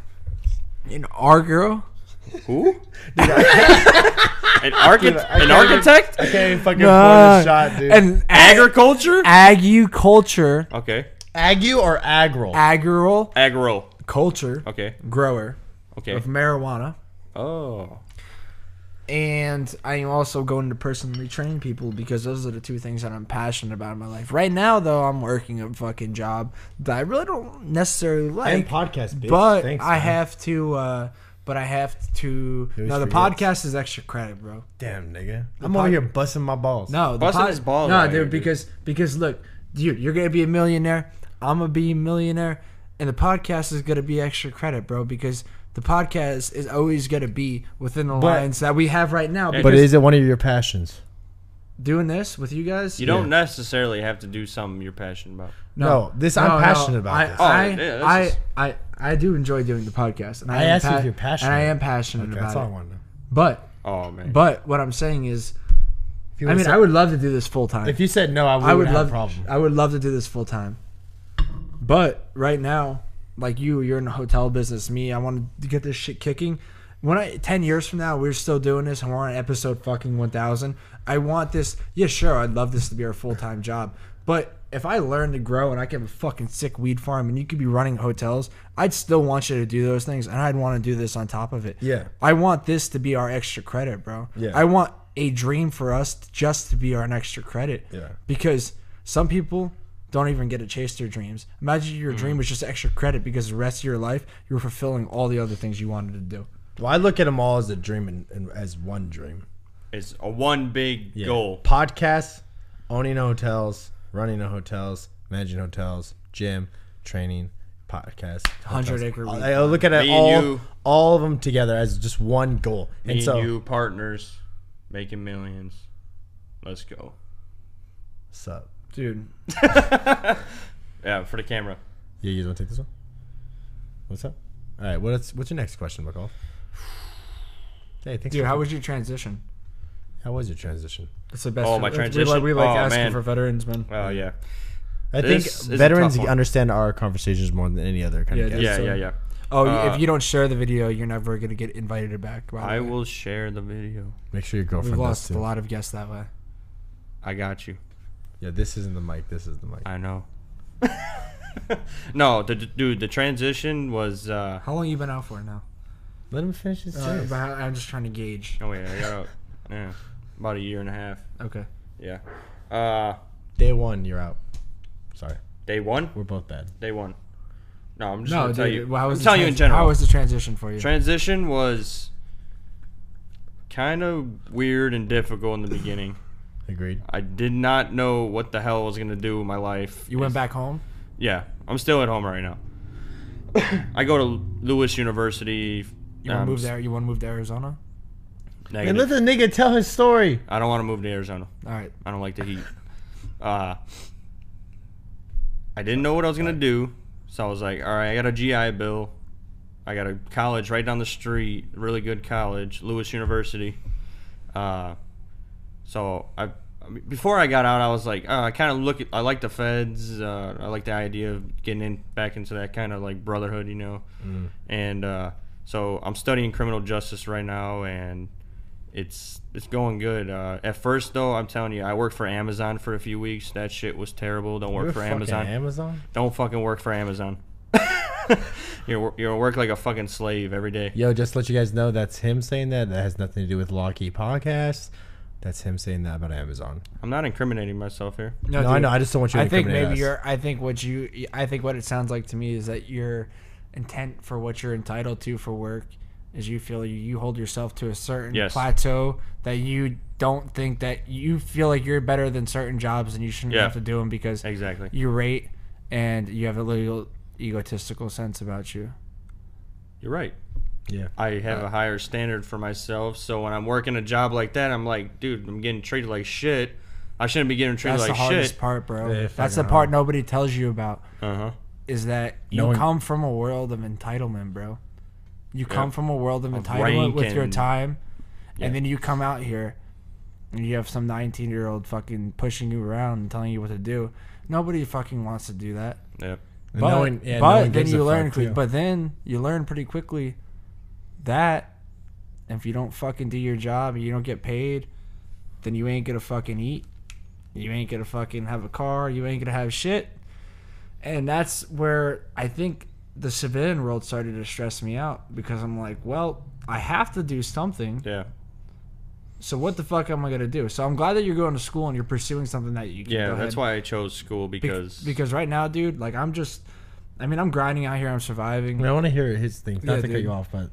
B: an argo.
C: Who? an architect? an architect?
D: I can't even fucking
B: Nah.
D: pour the shot, dude.
B: And ag-
C: Agriculture?
B: agriculture,
C: Okay.
D: Agu or Agril?
B: agriculture,
C: Agro.
B: culture,
C: Okay.
B: grower
C: Okay.
B: of marijuana.
C: Oh.
B: And I am also going to personally train people because those are the two things that I'm passionate about in my life. Right now, though, I'm working a fucking job that I really don't necessarily like.
D: and podcast, bitch.
B: but
D: Thanks,
B: I
D: man.
B: have to. Uh, but I have to.
D: It was
B: No, the
D: for
B: podcast is extra credit, bro.
D: Damn, nigga. I'm over here busting my balls.
B: No, the
C: Busting
B: pod-
C: his balls
B: No,
C: out
B: dude,
C: here, dude.
B: because because look, dude, you're gonna be a millionaire. I'm gonna be a millionaire, and the podcast is gonna be extra credit, bro. Because the podcast is always gonna be within the lines that we have right now.
C: But
D: But
B: Because
D: is it one of your passions?
B: doing this with you guys,
C: You don't necessarily have to do something you're passionate about.
D: No, this- I'm passionate about
B: I,
D: this.
B: I,
C: Oh, yeah, this
B: I,
C: is-
B: I, I, do enjoy doing the podcast, and I,
D: I
B: am
D: asked you if you're passionate.
B: and I am passionate
D: That's all I
B: about it.
D: want to know.
B: But
C: Oh man.
B: but what I'm saying is,
D: If you
B: I
D: would've
B: mean,
D: said-
B: I would love to do this full time.
D: If you said no, I would,
B: I would
D: have
B: love
D: a problem.
B: I would love to do this full time. But right now, like you, you're in the hotel business. Me, I want to get this shit kicking. When I ten years from now, we're still doing this, and we're on episode fucking one thousand. I want this. Yeah, sure, I'd love this to be our full time job. But if I learn to grow and I can have a fucking sick weed farm, and you could be running hotels, I'd still want you to do those things, and I'd want to do this on top of it.
D: Yeah.
B: I want this to be our extra credit, bro.
D: Yeah.
B: I want a dream for us just to be our extra credit.
D: Yeah.
B: Because some people don't even get to chase their dreams. Imagine your
C: Mm.
B: dream was just extra credit because the rest of your life you were fulfilling all the other things you wanted to do.
D: Well, I look at them all as a dream and, and as one dream.
C: it's a one big
D: Yeah.
C: goal.
D: Podcasts, owning hotels, running a hotels, managing hotels, gym, training, podcast.
B: 100
D: hotels.
B: acre weed
D: I I look at it
C: Me and
D: all,
C: you.
D: all of them together as just one goal.
C: Me
D: and
C: and
D: so,
C: you partners making millions. Let's go.
D: sup?
B: Dude,
C: Yeah, for the camera.
D: Yeah, you want to take this one? What's up? All right. What's what's your next question, McCall? Hey, thanks.
B: dude,
D: for-
B: how was your transition?
D: how was your transition?
B: That's the best.
C: Oh, my
B: we- We like,
C: transition?
B: we like
C: Oh,
B: asking
C: man.
B: for veterans, man.
C: Oh yeah.
D: I
C: This is a
D: think veterans
C: tough one.
D: understand our conversations more than any other kind of
B: Yeah,
D: guest.
C: Yeah,
B: so-
C: yeah, yeah.
B: Oh,
C: Uh,
B: if you don't share the video, you're never gonna get invited back. by the
C: I
B: way.
C: will share the video.
D: Make sure your
B: We've
D: girlfriend does
B: lost a
D: too.
B: lot of guests that way.
C: I got you.
D: Yeah, this isn't the mic. This is the mic.
C: I know. no, the dude, the transition was. Uh,
B: How long you been out for now?
D: Let him finish his
B: Uh, but I- I'm just trying to gauge.
C: oh wait, I got out. Yeah, about a year and a half.
B: Okay.
C: Yeah. Uh,
D: Day one, you're out. Sorry,
C: day one.
D: we're both bad.
C: Day one. No, I'm just
B: No,
C: gonna
B: dude.
C: tell you.
B: well, how
C: I'm
B: was the
C: telling you in
B: trans-
C: general.
B: How was the transition for you?
C: transition was kind of weird and difficult in the beginning.
D: Agreed.
C: I did not know what the hell I was gonna do with my life.
B: you went back home.
C: Yeah, I'm still at home right now. I go to Lewis University.
B: You want
C: um,
B: to move there? You want to move to Arizona?
D: And
C: negative.
D: let the nigga tell his story.
C: I don't want to move to Arizona.
B: All right.
C: I don't like the heat. Uh, I didn't know what I was gonna do, so I was like, "All right, I got a GI Bill. I got a college right down the street, really good college, Lewis University." Uh, so I, I mean, before I got out, I was like, uh, I kind of look at, I like the feds. Uh, I like the idea of getting in back into that kind of like brotherhood, you know.
D: Mm.
C: And uh, so I'm studying criminal justice right now, and it's it's going good. Uh, at first, though, I'm telling you, I worked for Amazon for a few weeks. That shit was terrible. Don't work
D: You're
C: for
D: fucking
C: Amazon.
D: Amazon.
C: Don't fucking work for Amazon. you're you're work like a fucking slave every day.
A: Yo, just to let you guys know, that's him saying that. That has nothing to do with Lockheed Podcast. That's him saying that about Amazon.
C: I'm not incriminating myself here.
A: No, I
B: dude.
A: know. I just don't want you to
B: I think
A: incriminate
B: maybe
A: us.
B: you're. I think what you. I think what it sounds like to me is that your intent for what you're entitled to for work is you feel you, you hold yourself to a certain
C: Yes.
B: plateau that you don't think that you feel like you're better than certain jobs and you shouldn't
C: Yeah.
B: have to do them because
C: Exactly.
B: you rate and you have a little egotistical sense about you.
C: You're right.
A: Yeah.
C: I have
B: Uh,
C: a higher standard for myself, so when I'm working a job like that, I'm like, dude, I'm getting treated like shit. I shouldn't be getting treated
B: That's the
C: like
B: hardest
C: shit.
B: part, bro.
A: Yeah,
B: That's the
A: fucking
B: part nobody tells you about.
C: Uh huh.
B: is that you
A: Knowing-
B: come from a world of entitlement, bro. You come from a world of entitlement
C: rank
B: with your
C: and-
B: time,
C: Yeah.
B: and then you come out here and you have some 19 year old fucking pushing you around and telling you what to do. Nobody fucking wants to do that.
C: Yeah.
A: And
B: But,
A: no one- yeah, no
B: but
A: one
B: then
A: gives a
B: you learn,
A: fuck,
B: quick-
A: too.
B: but then you learn pretty quickly that if you don't fucking do your job and you don't get paid, then you ain't gonna fucking eat. You ain't gonna fucking have a car. You ain't gonna have shit. And that's where I think the civilian world started to stress me out because I'm like, well, I have to do something.
C: Yeah.
B: So what the fuck am I gonna do? So I'm glad that you're going to school and you're pursuing something that you can
C: Yeah.
B: go ahead
C: That's why I chose school
B: Bec-
C: because
B: because right now, dude, like I'm just, I mean, I'm grinding out here. I'm surviving.
A: I want to hear his thing. Not
B: Yeah,
A: to cut
B: dude.
A: you off, but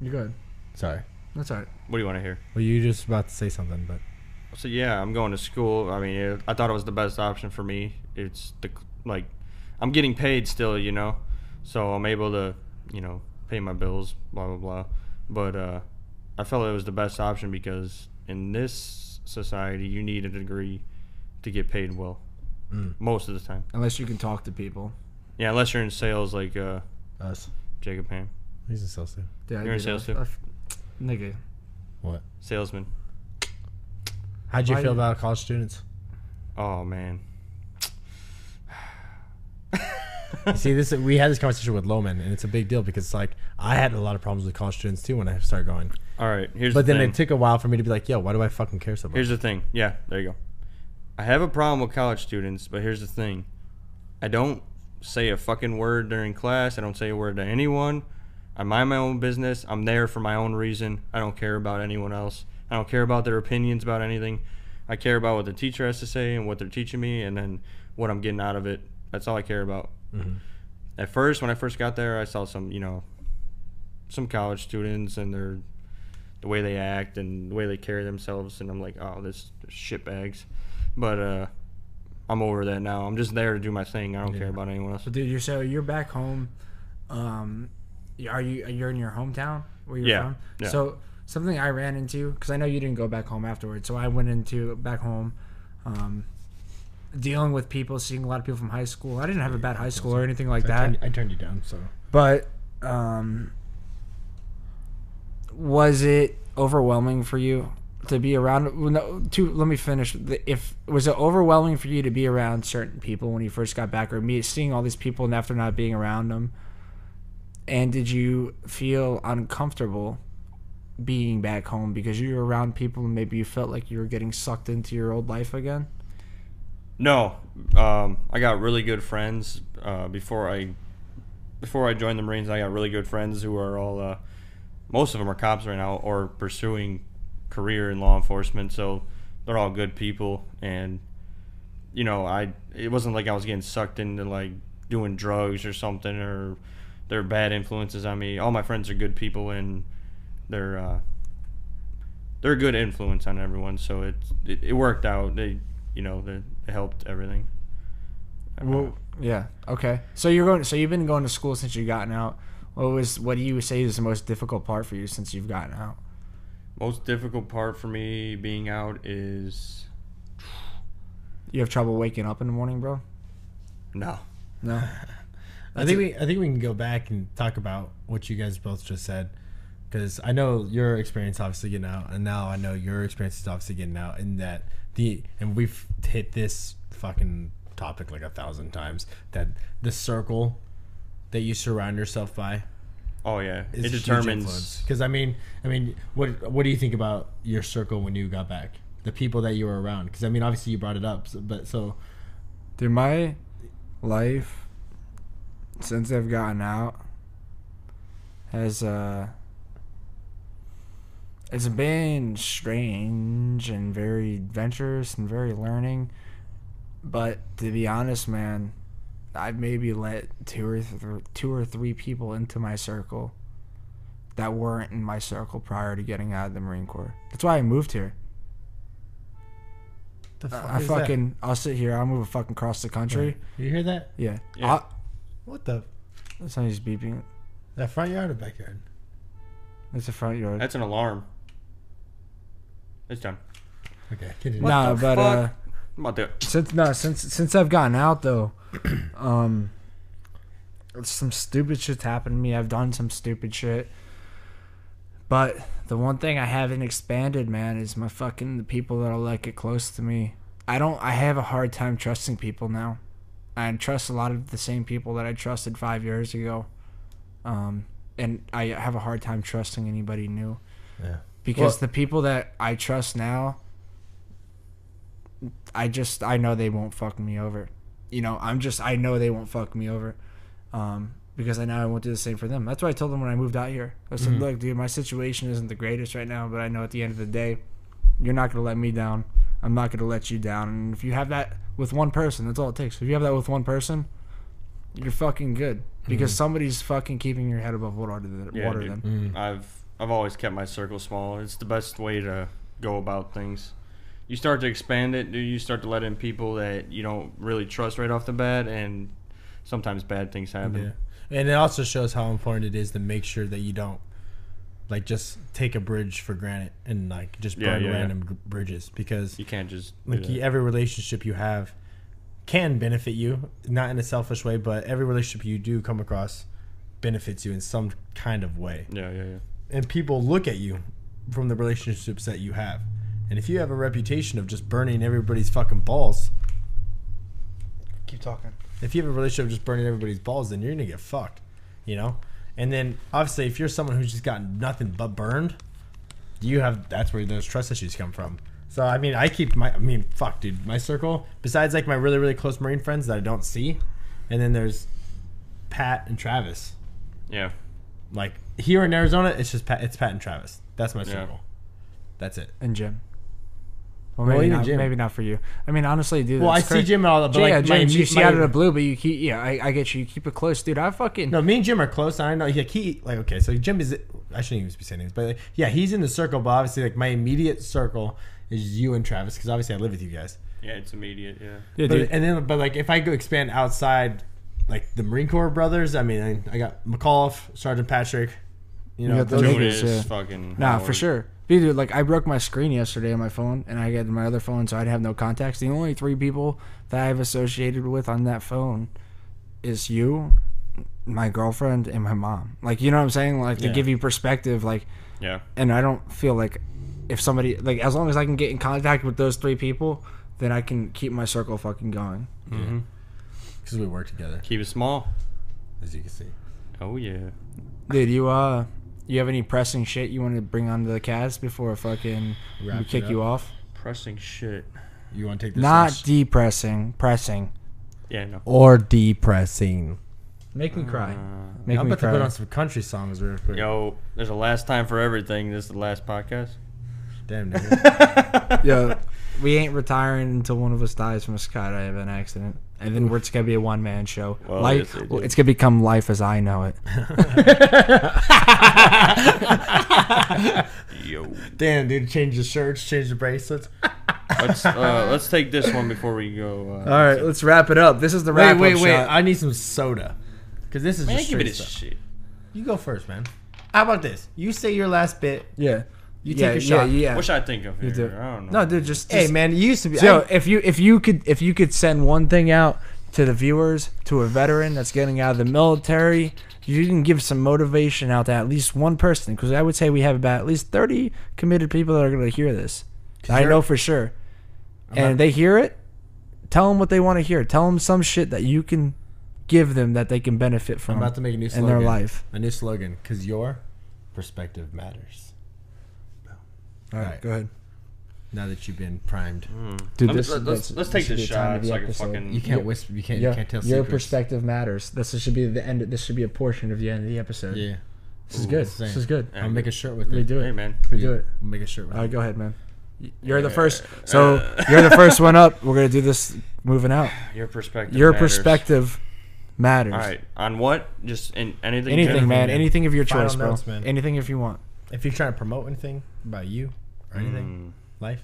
B: You're good.
A: sorry.
B: That's all right.
C: what do you want to hear?
A: Well, you were just about to say something, but
C: So yeah, I'm going to school. I mean, it, I thought it was the best option for me. It's the like, I'm getting paid still, you know, so I'm able to, you know, pay my bills, blah blah blah. But uh, I felt it was the best option because in this society, you need a degree to get paid well,
A: Hmm.
C: most of the time.
B: Unless you can talk to people.
C: Yeah, unless you're in sales, like uh,
A: us.
C: Jacob Ham,
A: He's a sales too.
B: Dude, I
C: You're in
B: did-
C: sales, too?
B: I f- Nigga,
C: salesman.
A: How'd you
B: Why-
A: feel about college students?
C: Oh man,
A: See, this we had this conversation with Loman, and it's a big deal because like I had a lot of problems with college students too when I started going.
C: all right. Here's
A: But
C: the
A: then
C: thing.
A: it took a while for me to be like, yo, why do I fucking care so much?
C: Here's the thing. Yeah, there you go. I have a problem with college students, but here's the thing. I don't say a fucking word during class. I don't say a word to anyone. I mind my own business. I'm there for my own reason. I don't care about anyone else. I don't care about their opinions about anything. I care about what the teacher has to say and what they're teaching me and then what I'm getting out of it. That's all I care about. At first, when I first got there, I saw some, you know, some college students and their the way they act and the way they carry themselves and I'm like, oh, this shit bags. But uh I'm over that now. I'm just there to do my thing. I don't care about anyone else.
B: but dude, you're so you're back home. Um, y- are you you're in your hometown where you're
C: Yeah,
B: from?
C: yeah.
B: So something I ran into because I know you didn't go back home afterwards. So I went into back home, um, dealing with people, seeing a lot of people from high school. I didn't have a bad high school or anything like that.
A: I turned you down, so
B: But um, was it overwhelming for you to be around? well, No, to let me finish. The- If was it overwhelming for you to be around certain people when you first got back, or me seeing all these people and after not being around them? And did you feel uncomfortable being back home because you were around people and maybe you felt like you were getting sucked into your old life again?
C: No, um, I got really good friends uh, before I before I joined the Marines. I got really good friends who are all uh, most of them are cops right now or pursuing career in law enforcement. So they're all good people, and you know, I it wasn't like I was getting sucked into like doing drugs or something or they're bad influences on me. All my friends are good people and they're uh, they're a good influence on everyone. So it it, it worked out. They you know they, they helped everything.
B: Well, yeah. Okay. So you're going. So you've been going to school since you've gotten out. What was? What do you say is the most difficult part for you since you've gotten out?
C: Most difficult part for me being out is
B: You have trouble waking up in the morning, bro.
C: no.
B: No.
A: I think we I think we can go back and talk about what you guys both just said because I know your experience obviously getting out, and now I know your experience is obviously getting out. In that the and we've hit this fucking topic like a thousand times that the circle that you surround yourself by
C: Oh yeah, it determines.
A: because I mean I mean what what do you think about your circle when you got back the people that you were around because I mean obviously you brought it up so, but so
B: Dude, my life since they've gotten out has uh it's been strange and very adventurous and very learning but to be honest man i've maybe let two or th- two or three people into my circle that weren't in my circle prior to getting out of the marine corps that's why i moved here
A: The fuck
B: Uh, i
A: is that?
B: fucking i'll sit here i'll move fucking across the country
A: You hear that?
B: yeah,
C: Yeah.
B: I'll-
A: What the?
B: Somebody's beeping.
A: That front yard or backyard?
B: It's the front yard.
C: That's an alarm. It's done.
A: Okay, continue.
B: nah, but uh,
C: fuck? I'm about to.
B: since no, since since I've gotten out though, um, some stupid shit's happened to me. I've done some stupid shit, but the one thing I haven't expanded, man, is my fucking the people that are like get close to me. I don't. I have a hard time trusting people now. I trust a lot of the same people that I trusted five years ago, um, and I have a hard time trusting anybody new.
A: Yeah.
B: because the people that I trust now, I just I know they won't fuck me over. You know, I'm just I know they won't fuck me over, um, because I know I won't do the same for them. That's what I told them when I moved out here. I said,
C: Mm-hmm.
B: look, dude, my situation isn't the greatest right now, but I know at the end of the day, you're not gonna let me down. I'm not gonna let you down. And if you have that with one person, that's all it takes. If you have that with one person, you're fucking good. Because somebody's fucking keeping your head above water than
C: Mm-hmm. Yeah,
B: water
C: dude.
B: Mm. than
C: I've I've always kept my circle small. It's the best way to go about things. You start to expand it, dude, you start to let in people that you don't really trust right off the bat, and sometimes bad things happen.
A: Yeah. And it also shows how important it is to make sure that you don't like just take a bridge for granted and like just
C: Yeah,
A: burn
C: yeah, yeah.
A: random gr bridges because
C: You can't just do
A: like
C: that.
A: you, every relationship you have can benefit you not in a selfish way but every relationship you do come across benefits you in some kind of way
C: yeah, yeah, yeah.
A: and people look at you from the relationships that you have and if you have a reputation of just burning everybody's fucking balls
G: Keep talking.
A: if you have a relationship just burning everybody's balls, then you're gonna get fucked, you know. And then obviously, if you're someone who's just gotten nothing but burned, you have that's where those trust issues come from. So I mean, I keep my I mean, fuck, dude, my circle. Besides, like my really really close Marine friends that I don't see, and then there's Pat and Travis.
C: Yeah.
A: Like here in Arizona, it's just Pat, it's Pat and Travis. That's my
C: Yeah.
A: circle. That's it.
B: and Jim. Well,
A: Well,
B: maybe
A: even
B: not.
A: Jim.
B: Maybe not for you. I mean, honestly, dude.
A: Well, I
B: that's
A: see
B: cra-
A: Jim and all that, but
B: Yeah,
A: like my
B: Jim, you
A: imme-
B: see out of
A: my-
B: the blue, but you keep. Yeah, I, I get you. You keep it close, dude. I fucking.
A: No, me and Jim are close. and I know. Like he, like okay, so Jim is. I shouldn't even be saying names, but like, yeah, he's in the circle. But obviously, like my immediate circle is you and Travis, because obviously I live with you guys.
C: Yeah, it's immediate, yeah.
B: yeah,
A: But,
B: dude.
A: and then, but like if I go expand outside, like the Marine Corps brothers. I mean, I, I got McAuliffe, Sergeant Patrick. You know,
B: got those
A: those-
C: Dude, it's
B: niggas, yeah.
C: fucking
B: nah,
C: hard.
B: for sure. Dude, dude, like I broke my screen yesterday on my phone, and I had my other phone, so I'd have no contacts. The only three people that I've associated with on that phone is you, my girlfriend, and my mom. Like, you know what I'm saying? Like to
A: Yeah.
B: give you perspective, like
C: Yeah.
B: and I don't feel like if somebody like as long as I can get in contact with those three people, then I can keep my circle fucking going.
A: because we work together,
C: Keep it small.
A: as you can see.
C: Oh yeah.
B: Dude, you uh, you have any pressing shit you want to bring onto the cast before fucking
A: Wrap
B: we
A: it
B: kick
A: up.
B: you off?
C: Pressing shit.
A: You want to take this?
B: Not
A: first?
B: depressing, pressing.
C: Yeah, no.
A: or depressing.
B: Make me cry. Make
A: I'm about
B: me
A: to
B: cry.
A: put on some country songs real quick.
C: Yo, there's a last time for everything. This is the last podcast.
A: Damn, nigga.
B: Yo, we ain't retiring until one of us dies from a skydive an accident, and then we're it's gonna be a one man show.
C: Well,
B: life,
C: yes, it is.
B: it's gonna become life as I know it.
C: Yo.
A: damn, dude, change the shirts, change the bracelets.
C: let's uh, let's take this one before we go. Uh,
B: All right, let's wrap it up. This is the
A: Wait,
B: wrap
A: wait,
B: up
A: wait.
B: shot.
A: I need some soda. Because this is
C: Man,
A: just
C: give
A: straight
C: it a
A: stuff.
C: shit.
A: You go first, man. How about this? You say your last bit.
B: yeah, you
A: take a shot.
B: Yeah, yeah.
C: What should I think of here?
B: do.
C: I don't know.
B: No, dude, just,
A: Hey,
B: just
A: man, you used to be.
B: So if you if you could if you could send one thing out to the viewers, to a veteran that's getting out of the military, you can give some motivation out to at least one person because I would say we have about at least thirty committed people that are going to hear this. I
A: you're-
B: know for sure, and if they hear it. Tell them what they want to hear. Tell them some shit that you can give them that they can benefit from
A: I'm about to make a new
B: in
A: slogan.
B: their life.
A: A new slogan. Because your perspective matters.
B: All
A: right,
B: go ahead.
A: Now that you've been primed,
C: Mm.
H: Dude,
C: Let me-
H: this,
C: let- let's-
H: this- this
C: let's take
H: should
C: this
H: be a time
C: shot
H: of the
C: so I can
H: episode.
C: fucking-
A: you can't
H: Your-
A: whisper. You can't.
H: your-
A: you can't tell
H: Your
A: secrets.
H: perspective matters. This should be the end. This should be a portion of the end of the episode.
A: Yeah,
H: This is good.
A: same.
H: This is good.
A: I'll make a shirt with
H: We
A: it.
H: do
C: Hey
H: it.
C: man,
H: We do it.
A: I'll make a shirt with
B: All
A: it.
B: right, go ahead, man. You're the first. So you're the first one up. We're gonna do this moving out.
C: your perspective.
B: Your
C: matters.
B: perspective matters.
C: All right, on what? Just in anything.
B: Anything,
C: general?
B: man. Anything of your
D: Final
B: choice, bro.
D: notes, man.
B: Anything if you want.
D: If you're trying to promote anything about you or anything,
C: Mm.
D: life.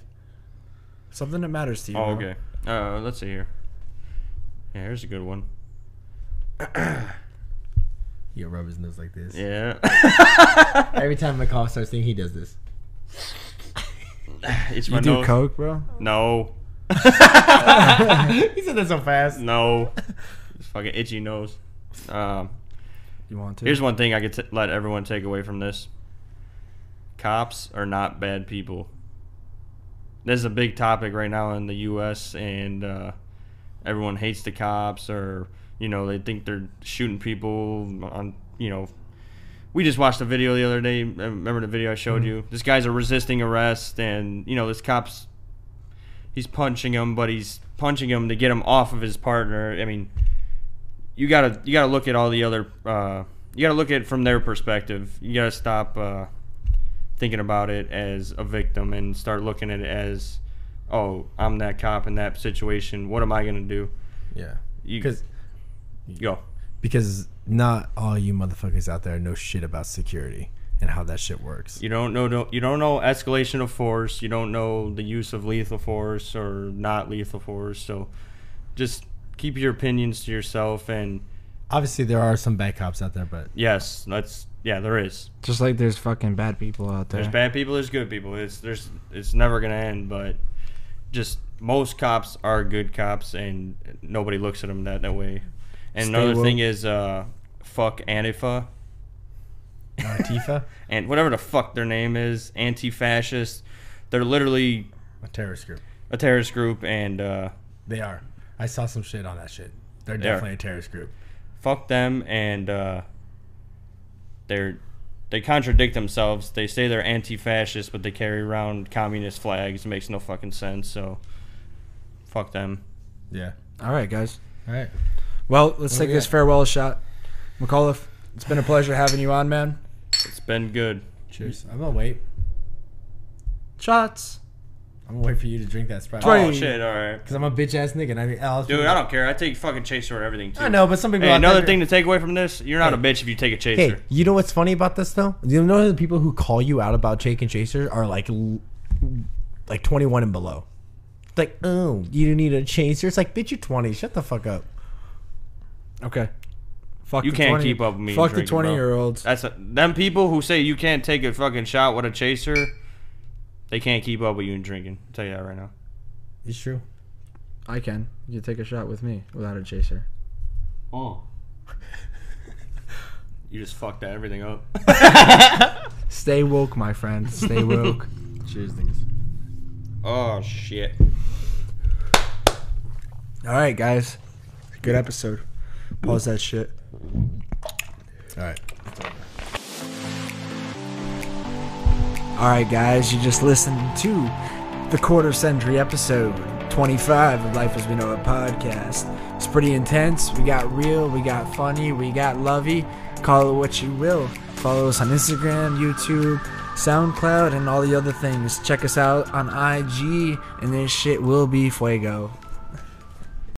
B: Something that matters to you.
C: Oh,
B: bro.
C: okay. Uh, let's see here. Yeah, here's a good one.
D: You rub his nose like this.
C: Yeah.
D: Every time McCall starts thinking, he does this.
C: it's my
B: You do
C: nose.
B: coke, bro.
C: No,
D: he said that so fast.
C: no. It's fucking itchy nose. Um,
B: You want to?
C: here's one thing I could t- let everyone take away from this. Cops are not bad people. This is a big topic right now in the U.S. and uh, everyone hates the cops, or you know they think they're shooting people on you know we just watched a video the other day. uh, Remember the video I showed you? This guy's a resisting arrest, and you know this cop's he's punching him, but he's punching him to get him off of his partner. I mean, you gotta you gotta look at all the other uh, you gotta look at it from their perspective. You gotta stop uh, thinking about it as a victim and start looking at it as oh I'm that cop in that situation. What am I gonna do?
A: Yeah,
C: You
A: because
C: go.
A: because not all you motherfuckers out there know shit about security and how that shit works.
C: You don't know. No, you don't know escalation of force. You don't know the use of lethal force or not lethal force. So, just keep your opinions to yourself. And
A: Obviously, there are some bad cops out there, but
C: yes, that's yeah. There is.
B: Just like there's fucking bad people out there.
C: There's bad people. There's good people. It's there's it's never gonna end. But just most cops are good cops, and nobody looks at them that that way. And another
B: woke.
C: thing is, uh, fuck Antifa.
A: Antifa,
C: and whatever the fuck their name is, anti-fascist. They're literally
A: a terrorist group.
C: a terrorist group, and uh,
A: They are. I saw some shit on that shit. They're
C: are.
A: definitely a terrorist group.
C: fuck them, and uh, they're they contradict themselves. They say they're anti-fascist, but they carry around communist flags. It makes no fucking sense. So, fuck them.
A: Yeah.
B: All right, guys.
A: All right.
B: Well, let's
D: Oh,
B: take this farewell shot. McAuliffe, it's been a pleasure having you on, man.
C: It's been good.
A: Cheers. I'm gonna wait.
B: Shots.
A: I'm gonna wait for you to drink that sprite.
B: Three.
C: Oh shit! All right,
A: Cause I'm a bitch ass nigga. And I mean, I'll-
C: dude. I don't care. I take fucking chaser and everything too.
A: I know, but some people.
C: Hey,
A: out
C: another
A: there-
C: thing to take away from this: you're not a bitch if you take a chaser.
A: Hey, you know what's funny about this though? You know the people who call you out about Jake and Chaser are like, l- like 21 and below. Like, oh, you need a chaser. It's like, bitch, you're 20. Shut the fuck up.
B: Okay. Fuck
C: You
B: the
C: can't
B: 20
C: keep up with me.
B: Fuck the
C: drinking, bro.
B: 20 year olds.
C: That's a, them people who say you can't take a fucking shot with a chaser. They can't keep up with you in drinking. I'll tell you that right now.
A: It's true.
B: I can. You take a shot with me without a chaser.
C: Oh. you just fucked that everything up.
B: Stay woke, my friend. Stay woke.
D: Cheers, niggas.
C: oh shit.
B: All right, guys. Good episode. Pause that shit.
A: All right.
B: All right, guys. You just listened to the quarter century episode 25 of Life as We Know It podcast. It's pretty intense. We got real, we got funny, we got lovey. Call it what you will. Follow us on Instagram, YouTube, SoundCloud, and all the other things. Check us out on IG, and this shit will be fuego.